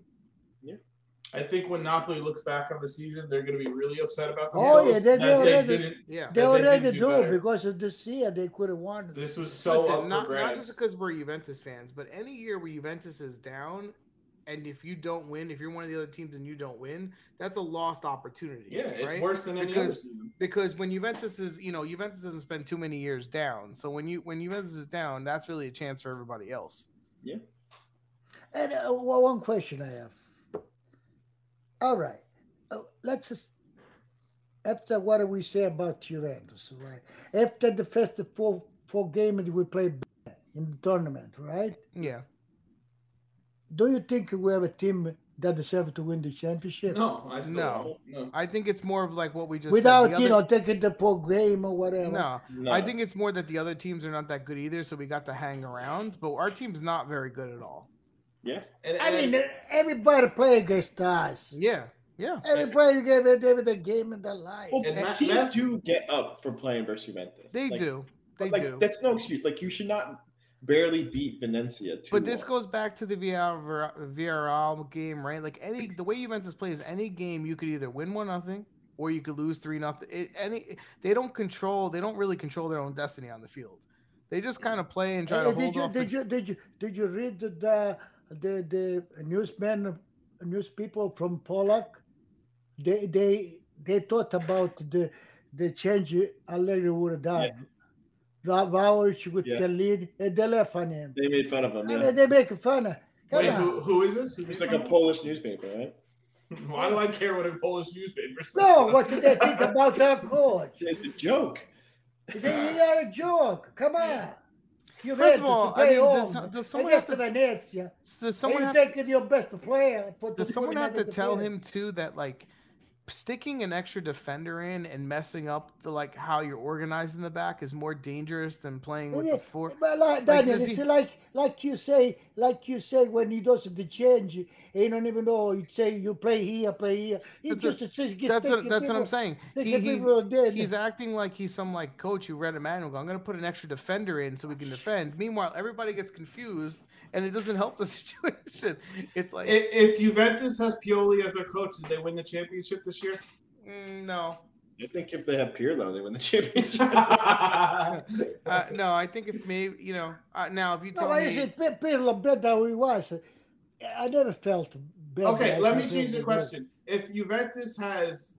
[SPEAKER 3] I think when Napoli looks back on the season, they're gonna be really upset about
[SPEAKER 2] Oh,
[SPEAKER 3] themselves.
[SPEAKER 2] yeah, they-
[SPEAKER 3] that
[SPEAKER 2] they already-
[SPEAKER 3] didn't.
[SPEAKER 1] Yeah.
[SPEAKER 2] They
[SPEAKER 3] that they didn't
[SPEAKER 2] already
[SPEAKER 3] do
[SPEAKER 2] do
[SPEAKER 3] better.
[SPEAKER 2] because of this year they could have won.
[SPEAKER 3] This was so um,
[SPEAKER 1] Listen,
[SPEAKER 3] up for
[SPEAKER 1] not, not
[SPEAKER 3] grabs.
[SPEAKER 1] just because we're Juventus fans, but any year where Juventus is down, and if you don't win, if you're one of the other teams and you don't win, that's a lost opportunity.
[SPEAKER 3] yeah, it's
[SPEAKER 1] right?
[SPEAKER 3] worse than any other
[SPEAKER 1] Because-
[SPEAKER 3] season.
[SPEAKER 1] because when Juventus is, you know, Juventus doesn't spend too many years down. So when you when Juventus is down, that's really a chance for everybody else.
[SPEAKER 2] And uh, one one question I have. All right, uh, let's just, after what do we say about Juventus, right? After the first four four games we play in the tournament, right?
[SPEAKER 1] Yeah.
[SPEAKER 2] Do you think we have a team that deserves to win the championship
[SPEAKER 3] No, I still
[SPEAKER 1] No.
[SPEAKER 3] no.
[SPEAKER 1] I think it's more of like what we just said.
[SPEAKER 2] without
[SPEAKER 1] The
[SPEAKER 2] you
[SPEAKER 1] other-
[SPEAKER 2] know taking the four game or whatever?
[SPEAKER 1] No,
[SPEAKER 4] No.
[SPEAKER 1] I think it's more that the other teams are not that good either, so we got to hang around. But our team's not very good at all.
[SPEAKER 3] And,
[SPEAKER 2] I
[SPEAKER 3] and-
[SPEAKER 2] mean uh, everybody play against us.
[SPEAKER 1] Yeah, yeah.
[SPEAKER 2] Everybody gave it every the game in their life.
[SPEAKER 4] Well,
[SPEAKER 3] And Ma-
[SPEAKER 4] teams
[SPEAKER 3] Matthew-
[SPEAKER 4] do get up for playing versus Juventus.
[SPEAKER 1] They
[SPEAKER 4] Like,
[SPEAKER 1] do,
[SPEAKER 4] but,
[SPEAKER 1] they
[SPEAKER 4] like,
[SPEAKER 1] do.
[SPEAKER 4] That's no excuse. Like you should not barely beat Venecia.
[SPEAKER 1] But this
[SPEAKER 4] 2-1.
[SPEAKER 1] goes back to the VR VRL game, right? Like any the way Juventus plays any game, you could either win one nothing or you could lose three nothing. Any they don't control, they don't really control their own destiny on the field. They just kind of play and try
[SPEAKER 2] Uh,
[SPEAKER 1] to
[SPEAKER 2] did
[SPEAKER 1] hold
[SPEAKER 2] you
[SPEAKER 1] off. the-
[SPEAKER 2] did you did you did you read the the the, the newsman news people from Poland? They they they thought about the the change Allegri would have done. Yeah. Vowage would
[SPEAKER 4] Yeah.
[SPEAKER 2] can lead and they left on him.
[SPEAKER 4] They made fun of him.
[SPEAKER 2] I
[SPEAKER 4] Yeah.
[SPEAKER 2] mean, they make fun of. Come
[SPEAKER 3] wait,
[SPEAKER 2] on.
[SPEAKER 3] who, who is this? Who
[SPEAKER 4] It was
[SPEAKER 3] is
[SPEAKER 4] like a
[SPEAKER 3] that?
[SPEAKER 4] Polish newspaper, right?
[SPEAKER 3] Why do I care what a Polish newspaper says?
[SPEAKER 2] No, what did they think about our coach?
[SPEAKER 4] It's a joke.
[SPEAKER 2] They say, you got a joke. Come on.
[SPEAKER 3] Yeah.
[SPEAKER 2] You
[SPEAKER 1] First of all, I mean, does, some- does someone have
[SPEAKER 2] against
[SPEAKER 1] to,
[SPEAKER 2] Venezia.
[SPEAKER 1] does someone
[SPEAKER 2] Someone
[SPEAKER 1] have
[SPEAKER 2] you taking your best player. For
[SPEAKER 1] does someone have to tell
[SPEAKER 2] him?
[SPEAKER 1] him too that like sticking an extra defender in and messing up the like how you're organized in the back is more dangerous than playing with
[SPEAKER 2] Yeah,
[SPEAKER 1] the four?
[SPEAKER 2] But like Daniel,
[SPEAKER 1] does
[SPEAKER 2] it's
[SPEAKER 1] he-
[SPEAKER 2] like like you say, like you say when he does the change, he don't even know. He say you play here, play here. He
[SPEAKER 1] That's what-
[SPEAKER 2] just says, "Get-
[SPEAKER 1] That's
[SPEAKER 2] take
[SPEAKER 1] what
[SPEAKER 2] your
[SPEAKER 1] that's what I'm
[SPEAKER 2] people-
[SPEAKER 1] saying.
[SPEAKER 2] take
[SPEAKER 1] He-
[SPEAKER 2] your
[SPEAKER 1] he-
[SPEAKER 2] people there."
[SPEAKER 1] He's acting like he's some like coach who read a manual. and go, I'm going to put an extra defender in so we can defend. Meanwhile, everybody gets confused and it doesn't help the situation. It's like
[SPEAKER 3] I- If Juventus has Pioli as their coach, did they win the championship this year?
[SPEAKER 1] mm, no,
[SPEAKER 4] I think if they have Pirlo, they win the championship.
[SPEAKER 1] uh, no. I think if maybe you know uh, now if you
[SPEAKER 2] no,
[SPEAKER 1] tell
[SPEAKER 2] I
[SPEAKER 1] me
[SPEAKER 2] said Pir- Pirlo better than he was. I never felt better.
[SPEAKER 3] okay,
[SPEAKER 2] like
[SPEAKER 3] let
[SPEAKER 2] I
[SPEAKER 3] me
[SPEAKER 2] felt
[SPEAKER 3] change the
[SPEAKER 2] before.
[SPEAKER 3] question. If Juventus has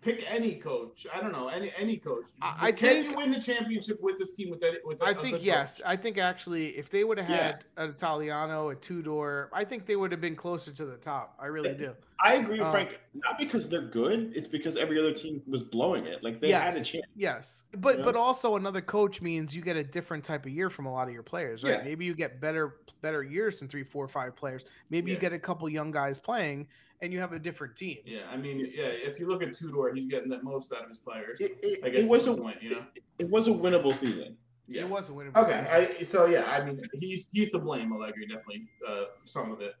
[SPEAKER 3] pick any coach, I don't know any any coach.
[SPEAKER 1] I- I
[SPEAKER 3] can
[SPEAKER 1] think-
[SPEAKER 3] you win the championship with this team? With that, with
[SPEAKER 1] I
[SPEAKER 3] a good
[SPEAKER 1] think
[SPEAKER 3] coach?
[SPEAKER 1] yes. I think actually, if they would have
[SPEAKER 4] Yeah.
[SPEAKER 1] had an Italiano, a two door, I think they would have been closer to the top. I really do.
[SPEAKER 4] I agree, with
[SPEAKER 1] Um,
[SPEAKER 4] Frank. Not because they're good; it's because every other team was blowing it. Like they had a
[SPEAKER 1] Yes.
[SPEAKER 4] chance.
[SPEAKER 1] Yes, but
[SPEAKER 4] Yeah.
[SPEAKER 1] but also another coach means you get a different type of year from a lot of your players, right?
[SPEAKER 4] Yeah.
[SPEAKER 1] Maybe you get better better years from three, four, five players. Maybe you
[SPEAKER 3] Yeah.
[SPEAKER 1] get a couple young guys playing, and you have a different team.
[SPEAKER 3] Yeah, I mean, yeah. If you look at Tudor, he's getting the most out of his players.
[SPEAKER 4] It, it-
[SPEAKER 3] I guess
[SPEAKER 4] it was
[SPEAKER 3] is
[SPEAKER 4] a
[SPEAKER 3] the point, you know.
[SPEAKER 4] it was a winnable season.
[SPEAKER 3] Yeah.
[SPEAKER 1] It was a winning
[SPEAKER 3] Okay, I, so yeah, I mean, he's he's to blame, Allegri, definitely uh, some of it.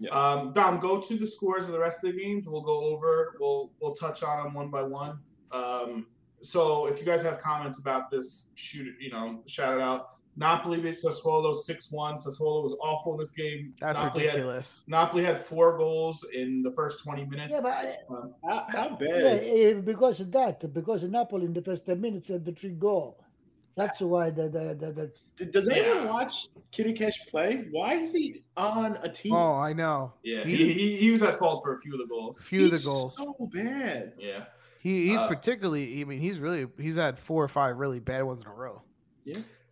[SPEAKER 4] Yeah.
[SPEAKER 3] Um, Dom, go to the scores of the rest of the games. We'll go over. We'll we'll touch on them one by one. Um, So if you guys have comments about this, shoot it, you know, shout it out. Napoli beat Sassuolo 6 1. Sassuolo was awful in this game.
[SPEAKER 1] That's
[SPEAKER 3] Napoli had,
[SPEAKER 1] ridiculous.
[SPEAKER 3] Napoli had four goals in the first 20 minutes.
[SPEAKER 2] Yeah, but I,
[SPEAKER 3] Um,
[SPEAKER 4] How, how bad?
[SPEAKER 2] yeah, eh, because of that, because Napoli in the first 10 minutes had the three goal. That's why the, the, the, the
[SPEAKER 4] D- Does anyone
[SPEAKER 3] Yeah.
[SPEAKER 4] watch Kitty Cash play? Why is he on a team?
[SPEAKER 1] Oh, I know.
[SPEAKER 3] yeah,
[SPEAKER 1] He-
[SPEAKER 3] he, he, he was at fault for a few of the goals.
[SPEAKER 1] Few of the
[SPEAKER 4] He's
[SPEAKER 1] goals.
[SPEAKER 4] So bad.
[SPEAKER 3] Yeah.
[SPEAKER 1] He, he's
[SPEAKER 3] Uh,
[SPEAKER 1] particularly. I mean, he's really. He's had four or five really bad ones in a row.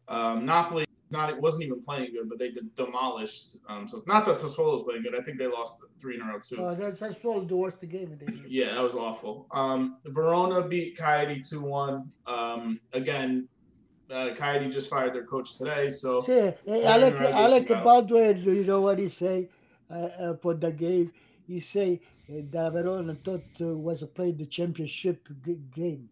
[SPEAKER 3] Um, Napoli not it wasn't even playing good, but they did, demolished. Um, so not that Sassuolo's playing good. I think they lost three in a row too.
[SPEAKER 2] uh, that's, that's all the worst game in the year.
[SPEAKER 3] Yeah, that was awful. Um, Verona beat Coyote 2 1. Um, again, uh, Coyote just fired their coach today. So,
[SPEAKER 2] Yeah, eh,
[SPEAKER 3] Yeah,
[SPEAKER 2] I like
[SPEAKER 3] right,
[SPEAKER 2] I like
[SPEAKER 3] it's about-
[SPEAKER 2] Baldwin. You know what he say uh, uh, for the game? He say uh, that Verona thought uh, was playing the championship g- game.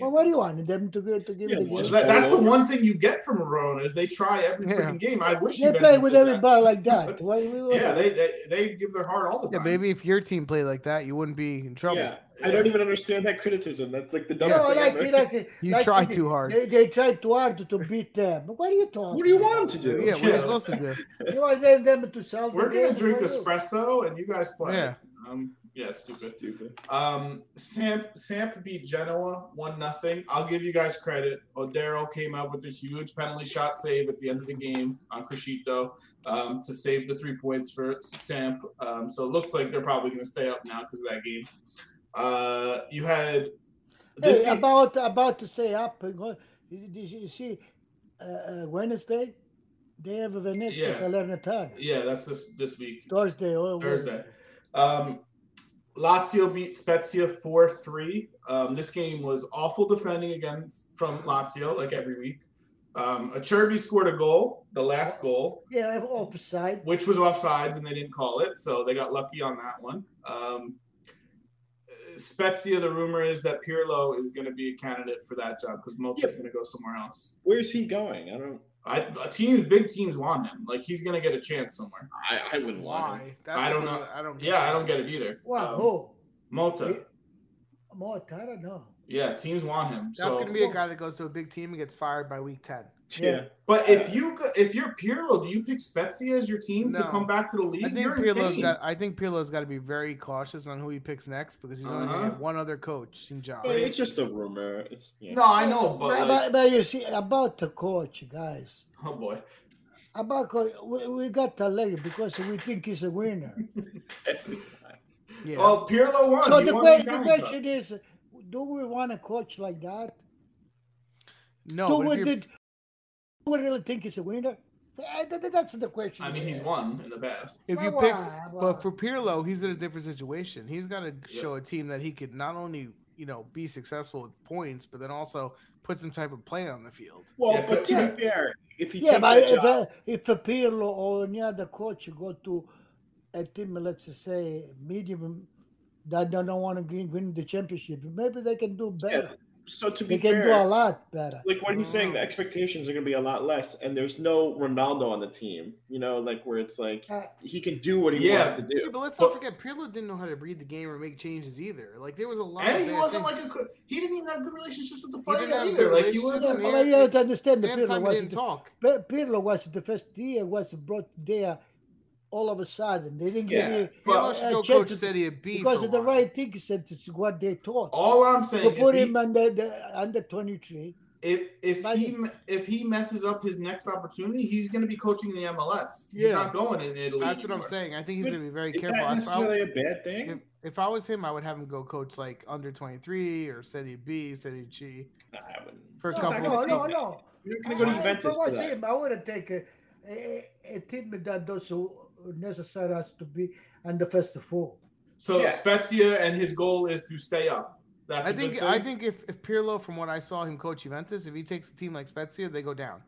[SPEAKER 2] Well, what do you want them to go to give
[SPEAKER 4] Yeah,
[SPEAKER 2] the
[SPEAKER 4] was
[SPEAKER 2] game?
[SPEAKER 3] that, that's the one thing you get from Verona is they try every
[SPEAKER 1] Yeah.
[SPEAKER 3] freaking game. I wish
[SPEAKER 2] They
[SPEAKER 3] you
[SPEAKER 2] play
[SPEAKER 3] guys
[SPEAKER 2] with
[SPEAKER 3] did that.
[SPEAKER 2] everybody like that. Why, why-
[SPEAKER 3] Yeah, they, they they give their heart all the
[SPEAKER 1] Yeah,
[SPEAKER 3] time.
[SPEAKER 1] maybe if your team played like that, you wouldn't be in trouble.
[SPEAKER 4] Yeah, I don't even understand that criticism. That's like the dumbest
[SPEAKER 2] no,
[SPEAKER 4] thing
[SPEAKER 2] like,
[SPEAKER 4] I've
[SPEAKER 2] you
[SPEAKER 4] ever-
[SPEAKER 2] know,
[SPEAKER 1] You
[SPEAKER 2] like
[SPEAKER 1] try
[SPEAKER 2] they-
[SPEAKER 1] too hard.
[SPEAKER 2] They, they try too hard to beat them. But what are you talking?
[SPEAKER 4] What do you
[SPEAKER 2] about?
[SPEAKER 4] want him to do?
[SPEAKER 1] yeah, what are
[SPEAKER 3] Yeah.
[SPEAKER 1] you supposed to do?
[SPEAKER 2] You want them, them to sell.
[SPEAKER 3] We're
[SPEAKER 2] the
[SPEAKER 3] gonna
[SPEAKER 2] game,
[SPEAKER 3] drink
[SPEAKER 2] what do you-
[SPEAKER 3] espresso and you guys play.
[SPEAKER 1] Yeah.
[SPEAKER 3] Um, yeah, stupid.
[SPEAKER 4] Stupid.
[SPEAKER 3] Um, Samp Samp beat Genoa one nothing. I'll give you guys credit. Odero came up with a huge penalty shot save at the end of the game on Crescito um, to save the three points for Samp. Um, so it looks like they're probably going to stay up now because of that game. Uh, you had this
[SPEAKER 2] Hey,
[SPEAKER 3] game-
[SPEAKER 2] about about to say up. and go- Did you see uh, uh, Wednesday? They have Venezia
[SPEAKER 3] Yeah.
[SPEAKER 2] Salernitana.
[SPEAKER 3] yeah, that's this this week.
[SPEAKER 2] Thursday oh, or
[SPEAKER 3] Thursday. Um, Lazio beat Spezia 4 3. Um, this game was awful defending against from Lazio, like every week. Um, Acerbi scored a goal, the last goal,
[SPEAKER 2] Yeah, have offside.
[SPEAKER 3] which was offsides, and they didn't call it. So they got lucky on that one. Um, Spezia, the rumor is that Pirlo is going to be a candidate for that job because Moka's
[SPEAKER 4] Yeah.
[SPEAKER 3] going to go somewhere else.
[SPEAKER 4] Where's he going? I don't.
[SPEAKER 3] I, teams, big teams want him. Like he's going to get a chance somewhere.
[SPEAKER 4] I, I wouldn't want him.
[SPEAKER 1] Why? That's
[SPEAKER 3] I don't
[SPEAKER 1] what-
[SPEAKER 3] know.
[SPEAKER 1] I don't.
[SPEAKER 3] Yeah, I don't get it either.
[SPEAKER 2] Wow,
[SPEAKER 3] Um,
[SPEAKER 2] oh,
[SPEAKER 3] Mota.
[SPEAKER 2] Mortara, no.
[SPEAKER 3] Yeah, teams want him.
[SPEAKER 1] That's
[SPEAKER 3] so.
[SPEAKER 1] gonna be a guy that goes to a big team and gets fired by week ten.
[SPEAKER 4] Yeah.
[SPEAKER 3] But if you go- if you're Pirlo, do you pick Spezia as your team to
[SPEAKER 1] No.
[SPEAKER 3] come back to the league?
[SPEAKER 1] I think
[SPEAKER 3] you're
[SPEAKER 1] Pirlo's
[SPEAKER 3] insane.
[SPEAKER 1] got. I think Pirlo's got to be very cautious on who he picks next because he's only gonna
[SPEAKER 3] Uh-huh.
[SPEAKER 1] get one other coach in job.
[SPEAKER 4] But it's just a rumor. It's yeah.
[SPEAKER 3] No, I know, but,
[SPEAKER 2] But,
[SPEAKER 3] like,
[SPEAKER 2] but, you see, about the coach, guys.
[SPEAKER 3] oh boy,
[SPEAKER 2] About coach, we, we got Taleri because we think he's a winner.
[SPEAKER 1] Yeah.
[SPEAKER 3] well, Pirlo won.
[SPEAKER 2] so
[SPEAKER 3] He
[SPEAKER 2] the,
[SPEAKER 3] won
[SPEAKER 2] que- the
[SPEAKER 3] Italian Cup.
[SPEAKER 2] question is, do we want a coach like that?
[SPEAKER 1] no, but
[SPEAKER 2] do,
[SPEAKER 1] Oh, if
[SPEAKER 2] we,
[SPEAKER 1] you're-
[SPEAKER 2] did, do we really think he's a winner? I- th- th- That's the question.
[SPEAKER 3] I mean, he's
[SPEAKER 2] there.
[SPEAKER 3] won in the past.
[SPEAKER 1] if you
[SPEAKER 2] Why-
[SPEAKER 1] pick,
[SPEAKER 2] why- why?
[SPEAKER 1] but for Pirlo, he's in a different situation. He's got to
[SPEAKER 3] Yeah.
[SPEAKER 1] show a team that he could not only you know be successful with points, but then also put some type of play on the field.
[SPEAKER 4] Well,
[SPEAKER 3] Yeah,
[SPEAKER 4] but to
[SPEAKER 2] yeah.
[SPEAKER 4] be fair, if he
[SPEAKER 2] Yeah,
[SPEAKER 4] takes
[SPEAKER 2] but
[SPEAKER 4] that
[SPEAKER 2] if,
[SPEAKER 4] job,
[SPEAKER 2] uh, if a Pirlo or any other coach go to a team, let's say medium, that don't want to win the championship, maybe they can do better.
[SPEAKER 4] so to be
[SPEAKER 2] they can
[SPEAKER 4] fair,
[SPEAKER 2] do a lot better.
[SPEAKER 4] like what he's saying, the expectations are going to be a lot less, and there's no Ronaldo on the team. You know, like where it's like
[SPEAKER 2] Uh,
[SPEAKER 4] he can do what he
[SPEAKER 3] Yeah.
[SPEAKER 4] wants to
[SPEAKER 1] Yeah,
[SPEAKER 4] do.
[SPEAKER 1] but let's not
[SPEAKER 3] But-
[SPEAKER 1] forget Pirlo didn't know how to read the game or make changes either. Like there was a lot.
[SPEAKER 3] And
[SPEAKER 1] of
[SPEAKER 3] he
[SPEAKER 1] bad
[SPEAKER 3] wasn't
[SPEAKER 1] things.
[SPEAKER 3] like a good- he didn't even have good relationships with the
[SPEAKER 1] didn't
[SPEAKER 3] players
[SPEAKER 1] have
[SPEAKER 3] either.
[SPEAKER 1] good
[SPEAKER 3] Like he
[SPEAKER 1] relationships.
[SPEAKER 3] was.
[SPEAKER 2] yeah,
[SPEAKER 1] an
[SPEAKER 2] but
[SPEAKER 1] ant-
[SPEAKER 2] you have to understand the
[SPEAKER 1] Damn
[SPEAKER 2] Pirlo
[SPEAKER 1] time he didn't
[SPEAKER 2] was
[SPEAKER 1] talk.
[SPEAKER 2] Pirlo was the first year was brought there all of a sudden. They didn't
[SPEAKER 4] Yeah,
[SPEAKER 2] get any,
[SPEAKER 3] Well,
[SPEAKER 1] Pirlo should go
[SPEAKER 2] uh,
[SPEAKER 1] coach
[SPEAKER 2] chances
[SPEAKER 1] City at B
[SPEAKER 2] because
[SPEAKER 1] for a
[SPEAKER 2] of the
[SPEAKER 1] while.
[SPEAKER 2] right thing is that it's what they taught.
[SPEAKER 3] All I'm
[SPEAKER 2] You
[SPEAKER 3] saying is
[SPEAKER 2] put
[SPEAKER 3] he-
[SPEAKER 2] him under the under twenty three.
[SPEAKER 3] if if
[SPEAKER 2] But
[SPEAKER 3] he if he messes up his next opportunity, he's going to be coaching the MLS. He's
[SPEAKER 1] Yeah.
[SPEAKER 3] not going in Italy.
[SPEAKER 1] That's what I'm
[SPEAKER 3] anymore.
[SPEAKER 1] saying. I think he's
[SPEAKER 4] But
[SPEAKER 1] gonna be very
[SPEAKER 4] Is
[SPEAKER 1] careful.
[SPEAKER 4] that
[SPEAKER 1] If I,
[SPEAKER 4] necessarily a bad
[SPEAKER 1] if,
[SPEAKER 4] thing?
[SPEAKER 1] if I was him, I would have him go coach like under 23 or City B, City G
[SPEAKER 4] I wouldn't.
[SPEAKER 1] for a
[SPEAKER 4] It's
[SPEAKER 1] couple
[SPEAKER 4] not
[SPEAKER 2] No,
[SPEAKER 4] gonna
[SPEAKER 2] no,
[SPEAKER 1] of teams.
[SPEAKER 2] no,
[SPEAKER 4] take that.
[SPEAKER 2] no.
[SPEAKER 4] You're not going to go to
[SPEAKER 2] I-
[SPEAKER 4] Juventus
[SPEAKER 2] if I
[SPEAKER 4] for
[SPEAKER 2] was
[SPEAKER 4] that.
[SPEAKER 2] him, I would take a, a, a team that doesn't necessary us to be under first four.
[SPEAKER 3] So
[SPEAKER 4] Yeah.
[SPEAKER 3] Spezia and his goal is to stay up. That's
[SPEAKER 1] I
[SPEAKER 3] a good
[SPEAKER 1] think
[SPEAKER 3] thing.
[SPEAKER 1] I think if, if Pirlo, from what I saw him coach Juventus, if he takes a team like Spezia, they go down.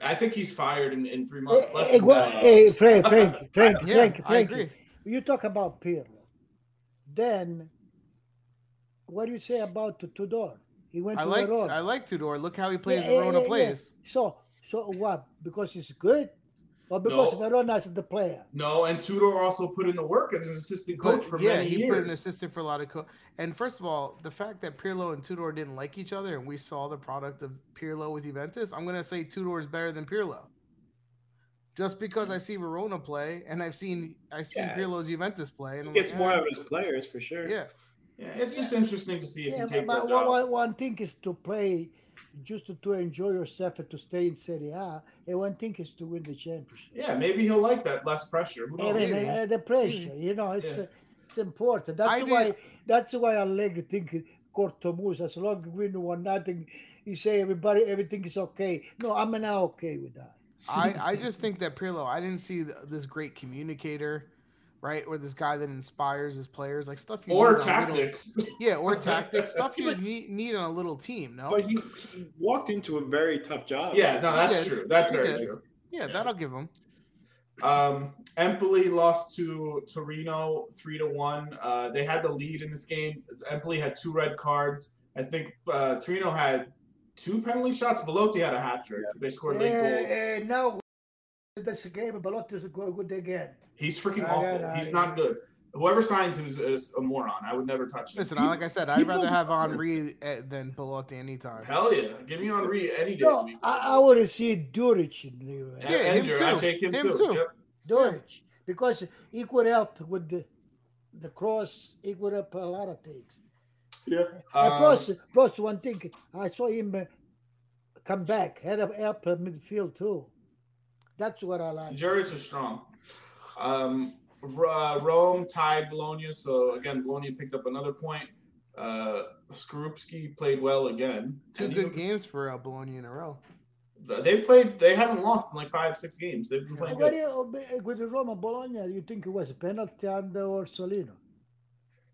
[SPEAKER 3] I think he's fired in, in three
[SPEAKER 2] Hey,
[SPEAKER 3] months. Less
[SPEAKER 2] hey,
[SPEAKER 3] than
[SPEAKER 2] Eh, go-
[SPEAKER 3] that.
[SPEAKER 2] hey, Frank, Frank, Frank,
[SPEAKER 1] Yeah,
[SPEAKER 2] Frank,
[SPEAKER 1] I
[SPEAKER 2] Frank.
[SPEAKER 1] agree.
[SPEAKER 2] You talk about Pirlo. Then, what do you say about Tudor? He went
[SPEAKER 1] I
[SPEAKER 2] to
[SPEAKER 1] like
[SPEAKER 2] Verona.
[SPEAKER 1] I like Tudor. Look how he plays.
[SPEAKER 2] Yeah, yeah,
[SPEAKER 1] Verona
[SPEAKER 2] yeah, yeah.
[SPEAKER 1] plays.
[SPEAKER 2] So, so what? Because he's good. Well, because Verona's the player.
[SPEAKER 3] No, and Tudor also put in the work as an assistant coach
[SPEAKER 1] But,
[SPEAKER 3] for
[SPEAKER 1] yeah,
[SPEAKER 3] many
[SPEAKER 1] he
[SPEAKER 3] years.
[SPEAKER 1] put an assistant for a lot of co- And first of all, the fact that Pirlo and Tudor didn't like each other, and we saw the product of Pirlo with Juventus, I'm gonna say Tudor is better than Pirlo. Just because I see Verona play, and I've seen I've seen
[SPEAKER 4] Yeah.
[SPEAKER 1] Pirlo's Juventus play, and I'm
[SPEAKER 4] Gets
[SPEAKER 1] like,
[SPEAKER 4] more
[SPEAKER 1] "Eh,
[SPEAKER 4] out of his players for sure.
[SPEAKER 1] yeah,
[SPEAKER 3] yeah, it's just interesting to see if
[SPEAKER 2] Yeah,
[SPEAKER 3] he takes
[SPEAKER 2] but
[SPEAKER 3] that
[SPEAKER 2] one,
[SPEAKER 3] job.
[SPEAKER 2] one, one thing is to play just to, to enjoy yourself and to stay in Serie A, and one thing is to win the championship.
[SPEAKER 3] Yeah, maybe he'll like that less pressure. Who
[SPEAKER 2] and,
[SPEAKER 3] knows?
[SPEAKER 2] and-
[SPEAKER 1] yeah.
[SPEAKER 2] and the pressure, you know, it's
[SPEAKER 3] Yeah.
[SPEAKER 2] uh, it's important. That's
[SPEAKER 1] I do-
[SPEAKER 2] why that's why Allegri think Cortomus. As long as we know nothing, you say everybody everything is okay. No, I'm now okay with that.
[SPEAKER 1] I, I just think that Pirlo, I didn't see th- this great communicator, right? Or this guy that inspires his players, like stuff you
[SPEAKER 3] Or
[SPEAKER 1] need on a little-
[SPEAKER 3] tactics.
[SPEAKER 1] yeah, or tactics, stuff you need, need on a little team. No,
[SPEAKER 4] But he, he walked into a very tough job.
[SPEAKER 3] Yeah, no, that's
[SPEAKER 1] did.
[SPEAKER 3] true. That's
[SPEAKER 1] He
[SPEAKER 3] very
[SPEAKER 1] did.
[SPEAKER 3] true.
[SPEAKER 1] yeah,
[SPEAKER 3] yeah.
[SPEAKER 1] that'll give him.
[SPEAKER 3] Um, Empoli lost to Torino three to one. Uh, they had the lead in this game. Empoli had two red cards. I think uh, Torino had two penalty shots. Belotti had a hat trick. They scored late goals.
[SPEAKER 2] Uh, uh, now that's a game. Belotti is go- good again.
[SPEAKER 3] He's freaking
[SPEAKER 2] I
[SPEAKER 3] awful.
[SPEAKER 2] got-
[SPEAKER 3] He's
[SPEAKER 2] I-
[SPEAKER 3] not good. Whoever signs him is, is a moron. I would never touch him.
[SPEAKER 1] Listen, I- like I said, I'd
[SPEAKER 4] people-
[SPEAKER 1] rather have Henri eh, than Belotti anytime.
[SPEAKER 3] Hell yeah, give me Henri any day. of the
[SPEAKER 2] No,
[SPEAKER 3] week.
[SPEAKER 2] I, I want to see Duric in the
[SPEAKER 3] And
[SPEAKER 1] Yeah, him
[SPEAKER 3] Endger, I
[SPEAKER 1] too.
[SPEAKER 3] take him,
[SPEAKER 1] Him
[SPEAKER 3] too.
[SPEAKER 1] too.
[SPEAKER 3] Yep.
[SPEAKER 2] Doric because he could help with the, the cross. He could help a lot of things.
[SPEAKER 4] Yeah.
[SPEAKER 2] And plus,
[SPEAKER 3] Um,
[SPEAKER 2] plus one thing, I saw him uh, come back, had a help in midfield too. That's what I like.
[SPEAKER 3] Jurors are strong. Um, Ro- uh, Rome tied Bologna, so again, Bologna picked up another point. Uh, Skorupski played well again.
[SPEAKER 1] Two
[SPEAKER 3] And
[SPEAKER 1] good
[SPEAKER 3] even-
[SPEAKER 1] games for uh, Bologna in a row.
[SPEAKER 3] They played. They haven't lost in like five, six games. They've been playing
[SPEAKER 2] What do
[SPEAKER 3] good.
[SPEAKER 2] you, uh, with Roma Bologna, you think it was a penalty under or Solino?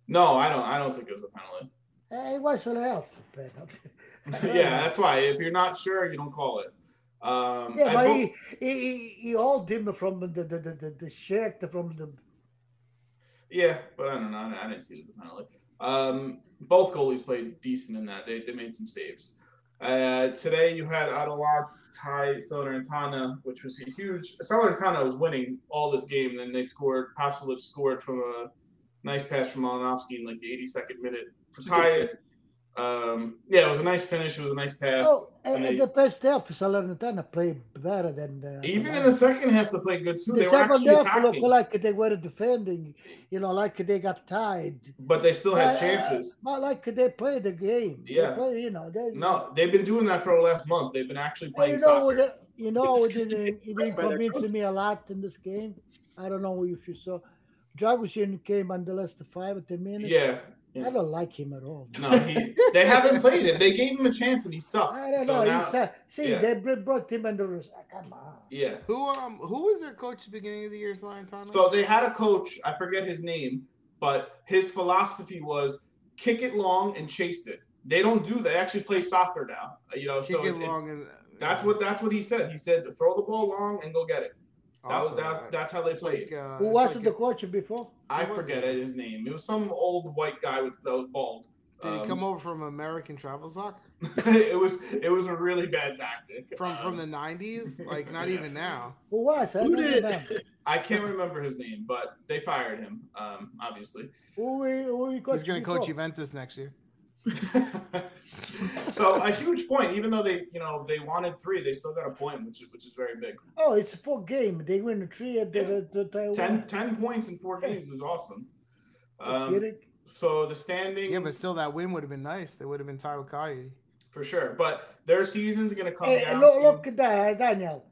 [SPEAKER 3] No, I don't. I don't think it was a penalty.
[SPEAKER 2] Eh, It was a health penalty.
[SPEAKER 3] yeah, that's why. If you're not sure, you don't call it. Um,
[SPEAKER 2] Yeah,
[SPEAKER 3] I
[SPEAKER 2] but
[SPEAKER 3] vote-
[SPEAKER 2] he, he, he, he hauled him from the, the, the, the, the shirt from the.
[SPEAKER 3] Yeah, but I don't know. I don't- I didn't see it as a penalty. Um, both goalies played decent in that. They, they made some saves. Uh, today you had Atalanta tie Salernitana, which was a huge. Salernitana was winning all this game. Then they scored. Pasalic scored from a nice pass from Malinowski in like the 82nd minute to tie it. Um, yeah, it was a nice finish. It was a nice pass.
[SPEAKER 2] Oh, and,
[SPEAKER 3] and
[SPEAKER 2] and
[SPEAKER 3] they-
[SPEAKER 2] the first half, Salernitana played better than. Uh,
[SPEAKER 3] Even in
[SPEAKER 2] Atalanta.
[SPEAKER 3] the second half, they played good too.
[SPEAKER 2] the
[SPEAKER 3] they were
[SPEAKER 2] second
[SPEAKER 3] actually
[SPEAKER 2] half looked
[SPEAKER 3] attacking,
[SPEAKER 2] like they were defending, you know, like they got tied.
[SPEAKER 3] but they still had
[SPEAKER 2] Uh,
[SPEAKER 3] chances.
[SPEAKER 2] Not like they played the game. They
[SPEAKER 3] Yeah.
[SPEAKER 2] play, you know, they,
[SPEAKER 3] No, they've been doing that for the last month. They've been actually
[SPEAKER 2] And
[SPEAKER 3] playing
[SPEAKER 2] you know,
[SPEAKER 3] soccer.
[SPEAKER 2] what, you know, it
[SPEAKER 4] It's 'cause they
[SPEAKER 2] didn't, it
[SPEAKER 4] by
[SPEAKER 2] didn't
[SPEAKER 4] their
[SPEAKER 2] convince
[SPEAKER 4] coach.
[SPEAKER 2] me a lot in this game. I don't know if you saw. Dragoshin came on the last five or ten minutes.
[SPEAKER 3] Yeah.
[SPEAKER 2] I don't like him at all.
[SPEAKER 3] No, he, they haven't played him. They gave him a chance and he sucked.
[SPEAKER 2] I don't
[SPEAKER 3] so
[SPEAKER 2] know.
[SPEAKER 3] Now,
[SPEAKER 2] he said, see,
[SPEAKER 3] yeah.
[SPEAKER 2] they br- brought him under. the Come on.
[SPEAKER 3] yeah.
[SPEAKER 1] Who um who was their coach at the beginning of the year, Salernitana?
[SPEAKER 3] So they had a coach, I forget his name, but his philosophy was kick it long and chase it. They don't do that. They actually play soccer now. You know,
[SPEAKER 1] Kick
[SPEAKER 3] so
[SPEAKER 1] it
[SPEAKER 3] it's, it's-
[SPEAKER 1] long and-
[SPEAKER 3] that's what that's what he said. He said throw the ball long and go get it. That was
[SPEAKER 1] Awesome.
[SPEAKER 3] that, that's how they
[SPEAKER 1] It's like,
[SPEAKER 3] played.
[SPEAKER 1] uh,
[SPEAKER 2] Who
[SPEAKER 1] it's
[SPEAKER 2] was
[SPEAKER 1] like
[SPEAKER 2] the coach before?
[SPEAKER 3] I
[SPEAKER 1] who was
[SPEAKER 3] forget
[SPEAKER 1] it?
[SPEAKER 3] his name. It was some old white guy with that was bald.
[SPEAKER 1] Did he
[SPEAKER 3] Um,
[SPEAKER 1] come over from American Travel Soccer
[SPEAKER 3] it was it was a really bad tactic.
[SPEAKER 1] from
[SPEAKER 3] Um,
[SPEAKER 1] from the nineties? Like not
[SPEAKER 3] Yeah.
[SPEAKER 1] even now.
[SPEAKER 2] Who was? I
[SPEAKER 4] Who
[SPEAKER 2] don't
[SPEAKER 4] did?
[SPEAKER 2] remember.
[SPEAKER 3] I can't remember his name, but they fired him, um, obviously.
[SPEAKER 2] Who we, who we coached
[SPEAKER 1] He's going to
[SPEAKER 2] before?
[SPEAKER 1] coach Juventus next year.
[SPEAKER 3] so a huge point, even though they, you know, they wanted three, they still got a point, which is which is very big.
[SPEAKER 2] Oh, it's four game. They win three at the,
[SPEAKER 3] Yeah.
[SPEAKER 2] the, the Taiwan.
[SPEAKER 3] 10, 10 points in four games is awesome. Um,
[SPEAKER 2] Kidding?
[SPEAKER 3] so the standings,
[SPEAKER 1] Yeah, but still, that win would have been nice. They would have been tied with Cagliari.
[SPEAKER 3] for sure. But their season's gonna come
[SPEAKER 2] Eh,
[SPEAKER 3] down.
[SPEAKER 2] look,
[SPEAKER 3] to-
[SPEAKER 2] look at that, Daniel.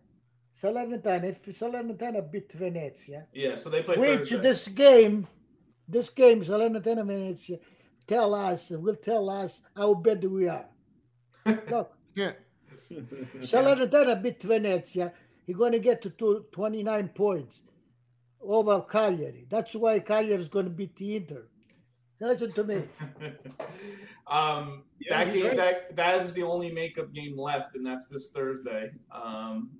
[SPEAKER 2] Salernitana. If Salernitana beat Venezia,
[SPEAKER 3] yeah, so they play
[SPEAKER 2] which
[SPEAKER 3] Thursday.
[SPEAKER 2] this game, this game, Salernitana Venezia, tell us, will tell us how bad we are. Look,
[SPEAKER 1] Yeah.
[SPEAKER 2] Salernitana beat Venezia. You're going to get to two, 29 points over Cagliari. That's why Cagliari is going to beat the Inter. Listen to me.
[SPEAKER 3] um,
[SPEAKER 4] Yeah,
[SPEAKER 3] that
[SPEAKER 4] he's
[SPEAKER 3] game,
[SPEAKER 4] right.
[SPEAKER 3] that that is the only makeup game left, and that's this Thursday. Um,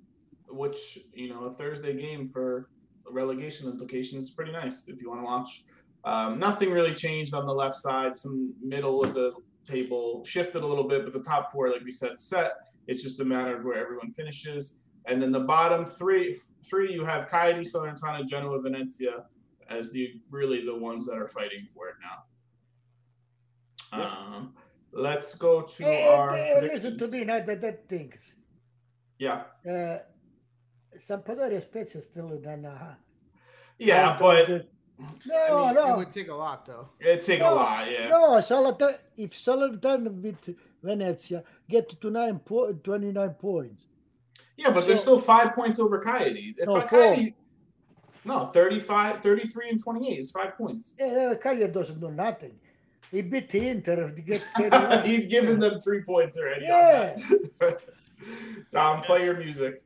[SPEAKER 3] which you know, a Thursday game for relegation implications is pretty nice if you want to watch. Um, nothing really changed on the left side. Some middle of the table shifted a little bit, but the top four, like we said, set. It's just a matter of where everyone finishes. And then the bottom three, three you have Cagliari, Salernitana, Genoa, Venezia as the really the ones that are fighting for it now. Um, let's go to
[SPEAKER 2] Hey,
[SPEAKER 3] our
[SPEAKER 2] hey, listen to
[SPEAKER 3] predictions.
[SPEAKER 2] me now that that things.
[SPEAKER 3] Yeah,
[SPEAKER 2] Uh, Sampdoria Spezia still in that. Uh,
[SPEAKER 3] yeah,
[SPEAKER 2] uh,
[SPEAKER 3] but
[SPEAKER 2] the-
[SPEAKER 1] I
[SPEAKER 2] no,
[SPEAKER 1] mean,
[SPEAKER 2] Oh, no,
[SPEAKER 1] It would take a lot though.
[SPEAKER 3] it'd take a
[SPEAKER 2] No,
[SPEAKER 3] lot. Yeah,
[SPEAKER 2] no. Salata, if Salernitana with Venezia get to nine po- 29 points,
[SPEAKER 3] yeah, but they're
[SPEAKER 2] so-
[SPEAKER 3] still five points over Cagliari. If
[SPEAKER 2] No,
[SPEAKER 3] no, Cagliari, no, 35, 33 and twenty-eight is five points.
[SPEAKER 2] uh, Cagliari doesn't know nothing. He beat the Inter to get.
[SPEAKER 3] He's giving them three points already. on
[SPEAKER 2] Yeah.
[SPEAKER 3] that. Tom, play your music.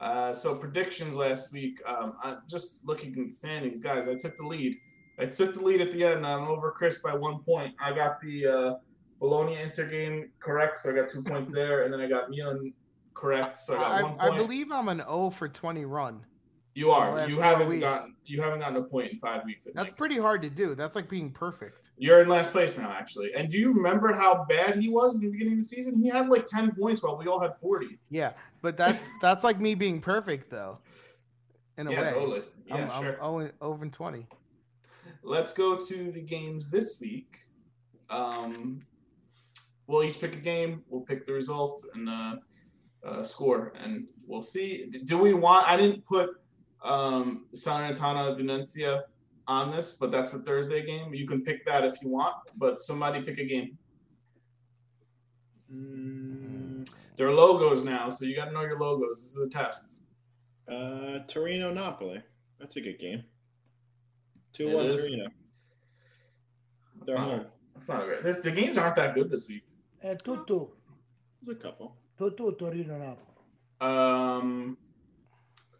[SPEAKER 3] Uh, so predictions last week. Um, I'm just looking at standings, guys. I took the lead. I took the lead at the end. I'm over Chris by one point. I got the uh, Bologna Inter game correct, so I got two points there, and then I got Milan correct, so I got
[SPEAKER 1] I,
[SPEAKER 3] one point.
[SPEAKER 1] I believe I'm an 0 for 20 run.
[SPEAKER 3] you are.
[SPEAKER 1] last
[SPEAKER 3] You
[SPEAKER 1] four
[SPEAKER 3] haven't
[SPEAKER 1] weeks.
[SPEAKER 3] gotten. You haven't gotten a point in five weeks. I
[SPEAKER 1] That's
[SPEAKER 3] think.
[SPEAKER 1] pretty hard to do. That's like being perfect.
[SPEAKER 3] You're in last place now, actually. And do you remember how bad he was in the beginning of the season? He had like 10 points while we all had 40.
[SPEAKER 1] Yeah, but that's that's like me being perfect though. In a
[SPEAKER 3] yeah,
[SPEAKER 1] way,
[SPEAKER 3] totally. Yeah,
[SPEAKER 1] I'm,
[SPEAKER 3] sure.
[SPEAKER 1] I'm 0 and- 0 and 20.
[SPEAKER 3] Let's go to the games this week. Um, we'll each pick a game. We'll pick the results and uh, uh, score, and we'll see. D- Do we want? I didn't put um, Salernitana Venecia on this, but that's a Thursday game. You can pick that if you want, but somebody pick a game.
[SPEAKER 4] Mm,
[SPEAKER 3] There are logos now, so you got to know your logos. This is a test.
[SPEAKER 4] uh, Torino Napoli. That's a good game. Two
[SPEAKER 3] It
[SPEAKER 4] one
[SPEAKER 3] is.
[SPEAKER 4] Torino.
[SPEAKER 3] That's
[SPEAKER 4] They're
[SPEAKER 3] not-
[SPEAKER 4] home.
[SPEAKER 3] That's not great. There's, the games aren't that good this week.
[SPEAKER 2] Uh, two two,
[SPEAKER 4] There's a couple.
[SPEAKER 2] two two Torino now.
[SPEAKER 3] Um,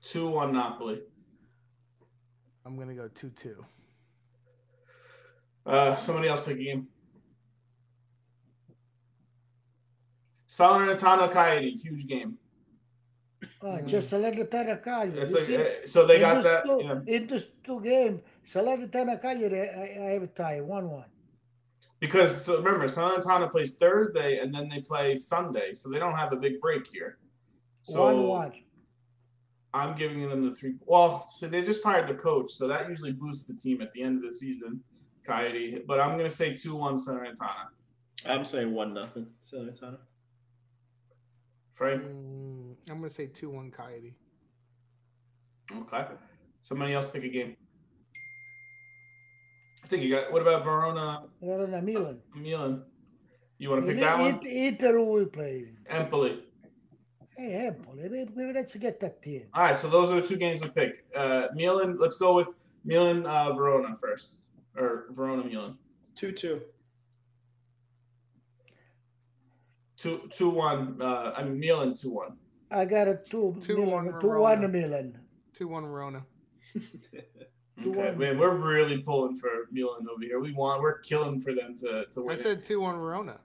[SPEAKER 3] two one Napoli.
[SPEAKER 1] I'm gonna go 2 2.
[SPEAKER 3] Uh, somebody else pick a game. Salernitana Coyote, huge game.
[SPEAKER 2] Ah,
[SPEAKER 1] Mm.
[SPEAKER 2] just Salernitana Cagliari.
[SPEAKER 3] It's
[SPEAKER 2] you
[SPEAKER 3] like
[SPEAKER 2] see?
[SPEAKER 3] eh, so they
[SPEAKER 2] In
[SPEAKER 3] got
[SPEAKER 2] this
[SPEAKER 3] that.
[SPEAKER 2] Two,
[SPEAKER 3] yeah.
[SPEAKER 2] In this two game, Salernitana Cagliari, I, I have a tie, one one.
[SPEAKER 3] Because so remember, Salernitana plays Thursday and then they play Sunday, so they don't have a big break here. So
[SPEAKER 2] one one.
[SPEAKER 3] I'm giving them the three. Well, so they just fired the coach, so that usually boosts the team at the end of the season. Coyote, but I'm gonna say two one Salernitana.
[SPEAKER 4] I'm saying one nothing. Salernitana.
[SPEAKER 3] Frank.
[SPEAKER 1] Mm, I'm gonna say 2 1 Coyote.
[SPEAKER 3] Okay. Somebody else pick a game. I think you got. What about Verona
[SPEAKER 2] Verona Milan.
[SPEAKER 3] Milan? You want to pick
[SPEAKER 2] It-
[SPEAKER 3] that one?
[SPEAKER 2] it- Inter we play.
[SPEAKER 3] Empoli.
[SPEAKER 2] Hey, Empoli, we- we- let's get that team.
[SPEAKER 3] All right. So those are the two games we pick. Uh, Milan. Let's go with Milan uh, Verona first, or Verona Milan.
[SPEAKER 4] Two two.
[SPEAKER 3] Two two one. Uh, I mean Milan two one.
[SPEAKER 2] I got a two,
[SPEAKER 1] Two
[SPEAKER 2] Milan,
[SPEAKER 1] one
[SPEAKER 2] two
[SPEAKER 1] Verona.
[SPEAKER 2] one Milan.
[SPEAKER 1] 2 1 Rona.
[SPEAKER 2] Two
[SPEAKER 3] Okay,
[SPEAKER 2] one.
[SPEAKER 3] man, we're really pulling for Milan over here. We want. We're killing for them to to win.
[SPEAKER 1] I
[SPEAKER 3] it.
[SPEAKER 1] said 2 1 Rona.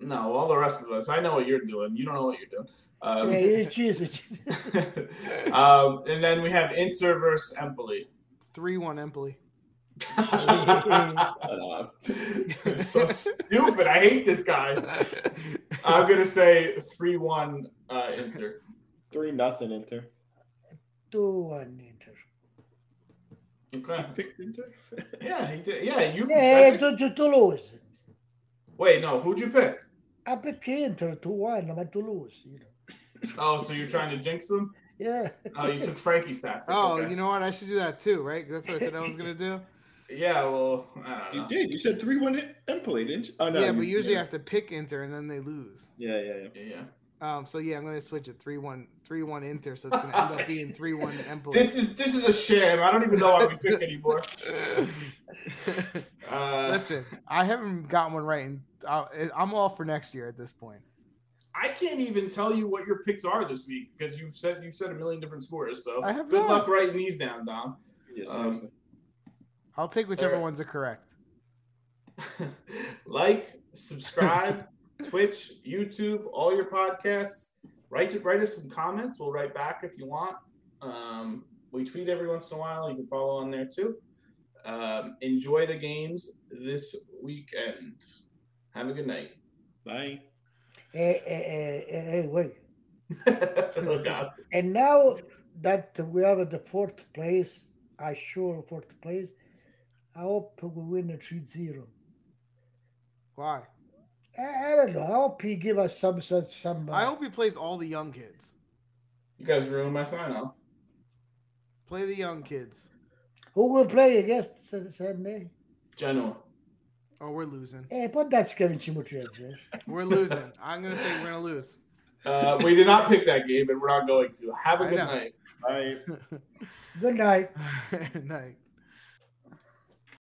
[SPEAKER 3] no. All the rest of us. I know what you're doing. You don't know what you're doing. Um,
[SPEAKER 2] Yeah, it is. It is.
[SPEAKER 3] um, and then we have Inter versus Empoli.
[SPEAKER 1] 3 1 Empoli.
[SPEAKER 4] Shut up.
[SPEAKER 3] so stupid. I hate this guy. I'm gonna say three one uh, Inter.
[SPEAKER 4] Three nothing Inter.
[SPEAKER 2] Two one Inter.
[SPEAKER 3] Okay.
[SPEAKER 4] Picked Inter.
[SPEAKER 3] Yeah, he did. Yeah, you. I
[SPEAKER 2] Yeah,
[SPEAKER 3] think-
[SPEAKER 2] to, to Toulouse.
[SPEAKER 3] wait, no. Who'd you pick?
[SPEAKER 2] I pick Inter two one. I'm at Toulouse. You know.
[SPEAKER 3] Oh, so you're trying to jinx them?
[SPEAKER 2] Yeah.
[SPEAKER 3] Oh, you took Frankie's tactic.
[SPEAKER 1] Oh,
[SPEAKER 3] okay.
[SPEAKER 1] you know what? I should do that too, right? That's what I said I was gonna do.
[SPEAKER 3] Yeah. Well, I
[SPEAKER 4] you
[SPEAKER 3] don't know.
[SPEAKER 4] did. You said three one Empoli, didn't you? Oh no.
[SPEAKER 1] yeah, but usually I
[SPEAKER 4] yeah.
[SPEAKER 1] have to pick Inter and then they lose.
[SPEAKER 4] Yeah, yeah, yeah.
[SPEAKER 3] Yeah.
[SPEAKER 1] Um, so yeah, I'm gonna switch it 3-1, 3-1 Inter, so it's gonna end up being 3-1 Empoli.
[SPEAKER 3] This is this is a sham. I don't even know why we picked anymore. Uh,
[SPEAKER 1] Listen, I haven't gotten one right, and I, I'm all for next year at this point.
[SPEAKER 3] I can't even tell you what your picks are this week because you've said you've said a million different scores. So
[SPEAKER 1] I have
[SPEAKER 3] good
[SPEAKER 1] not.
[SPEAKER 3] luck writing these down, Dom.
[SPEAKER 4] Yes,
[SPEAKER 3] Um,
[SPEAKER 4] yes.
[SPEAKER 1] I'll take whichever
[SPEAKER 3] Alright.
[SPEAKER 1] ones are correct.
[SPEAKER 3] like, subscribe, Twitch, YouTube, all your podcasts. Write to, write us some comments. We'll write back if you want. Um, we tweet every once in a while. You can follow on there too. Um, enjoy the games this weekend. Have a good night.
[SPEAKER 4] Bye.
[SPEAKER 2] Hey, hey, hey, hey, eh, hey, wait.
[SPEAKER 3] oh God.
[SPEAKER 2] And now that we are at the fourth place, I sure fourth place, I hope we win a 3 0.
[SPEAKER 1] Why?
[SPEAKER 2] I, I don't know. I hope he give us some some. some uh,
[SPEAKER 1] I hope he plays all the young kids.
[SPEAKER 3] You guys ruined my sign off.
[SPEAKER 1] Play the young kids.
[SPEAKER 2] who will play against Sun- Sunday.
[SPEAKER 3] Genoa.
[SPEAKER 1] Oh, we're losing.
[SPEAKER 2] Hey, Eh, put that Scaramucci Mutierrez there.
[SPEAKER 1] We're losing. I'm gonna say we're gonna lose.
[SPEAKER 3] Uh, we did not pick that game, and we're not going to. Have a
[SPEAKER 1] I
[SPEAKER 3] good
[SPEAKER 1] know.
[SPEAKER 3] night.
[SPEAKER 4] Bye.
[SPEAKER 2] Good night.
[SPEAKER 1] Night.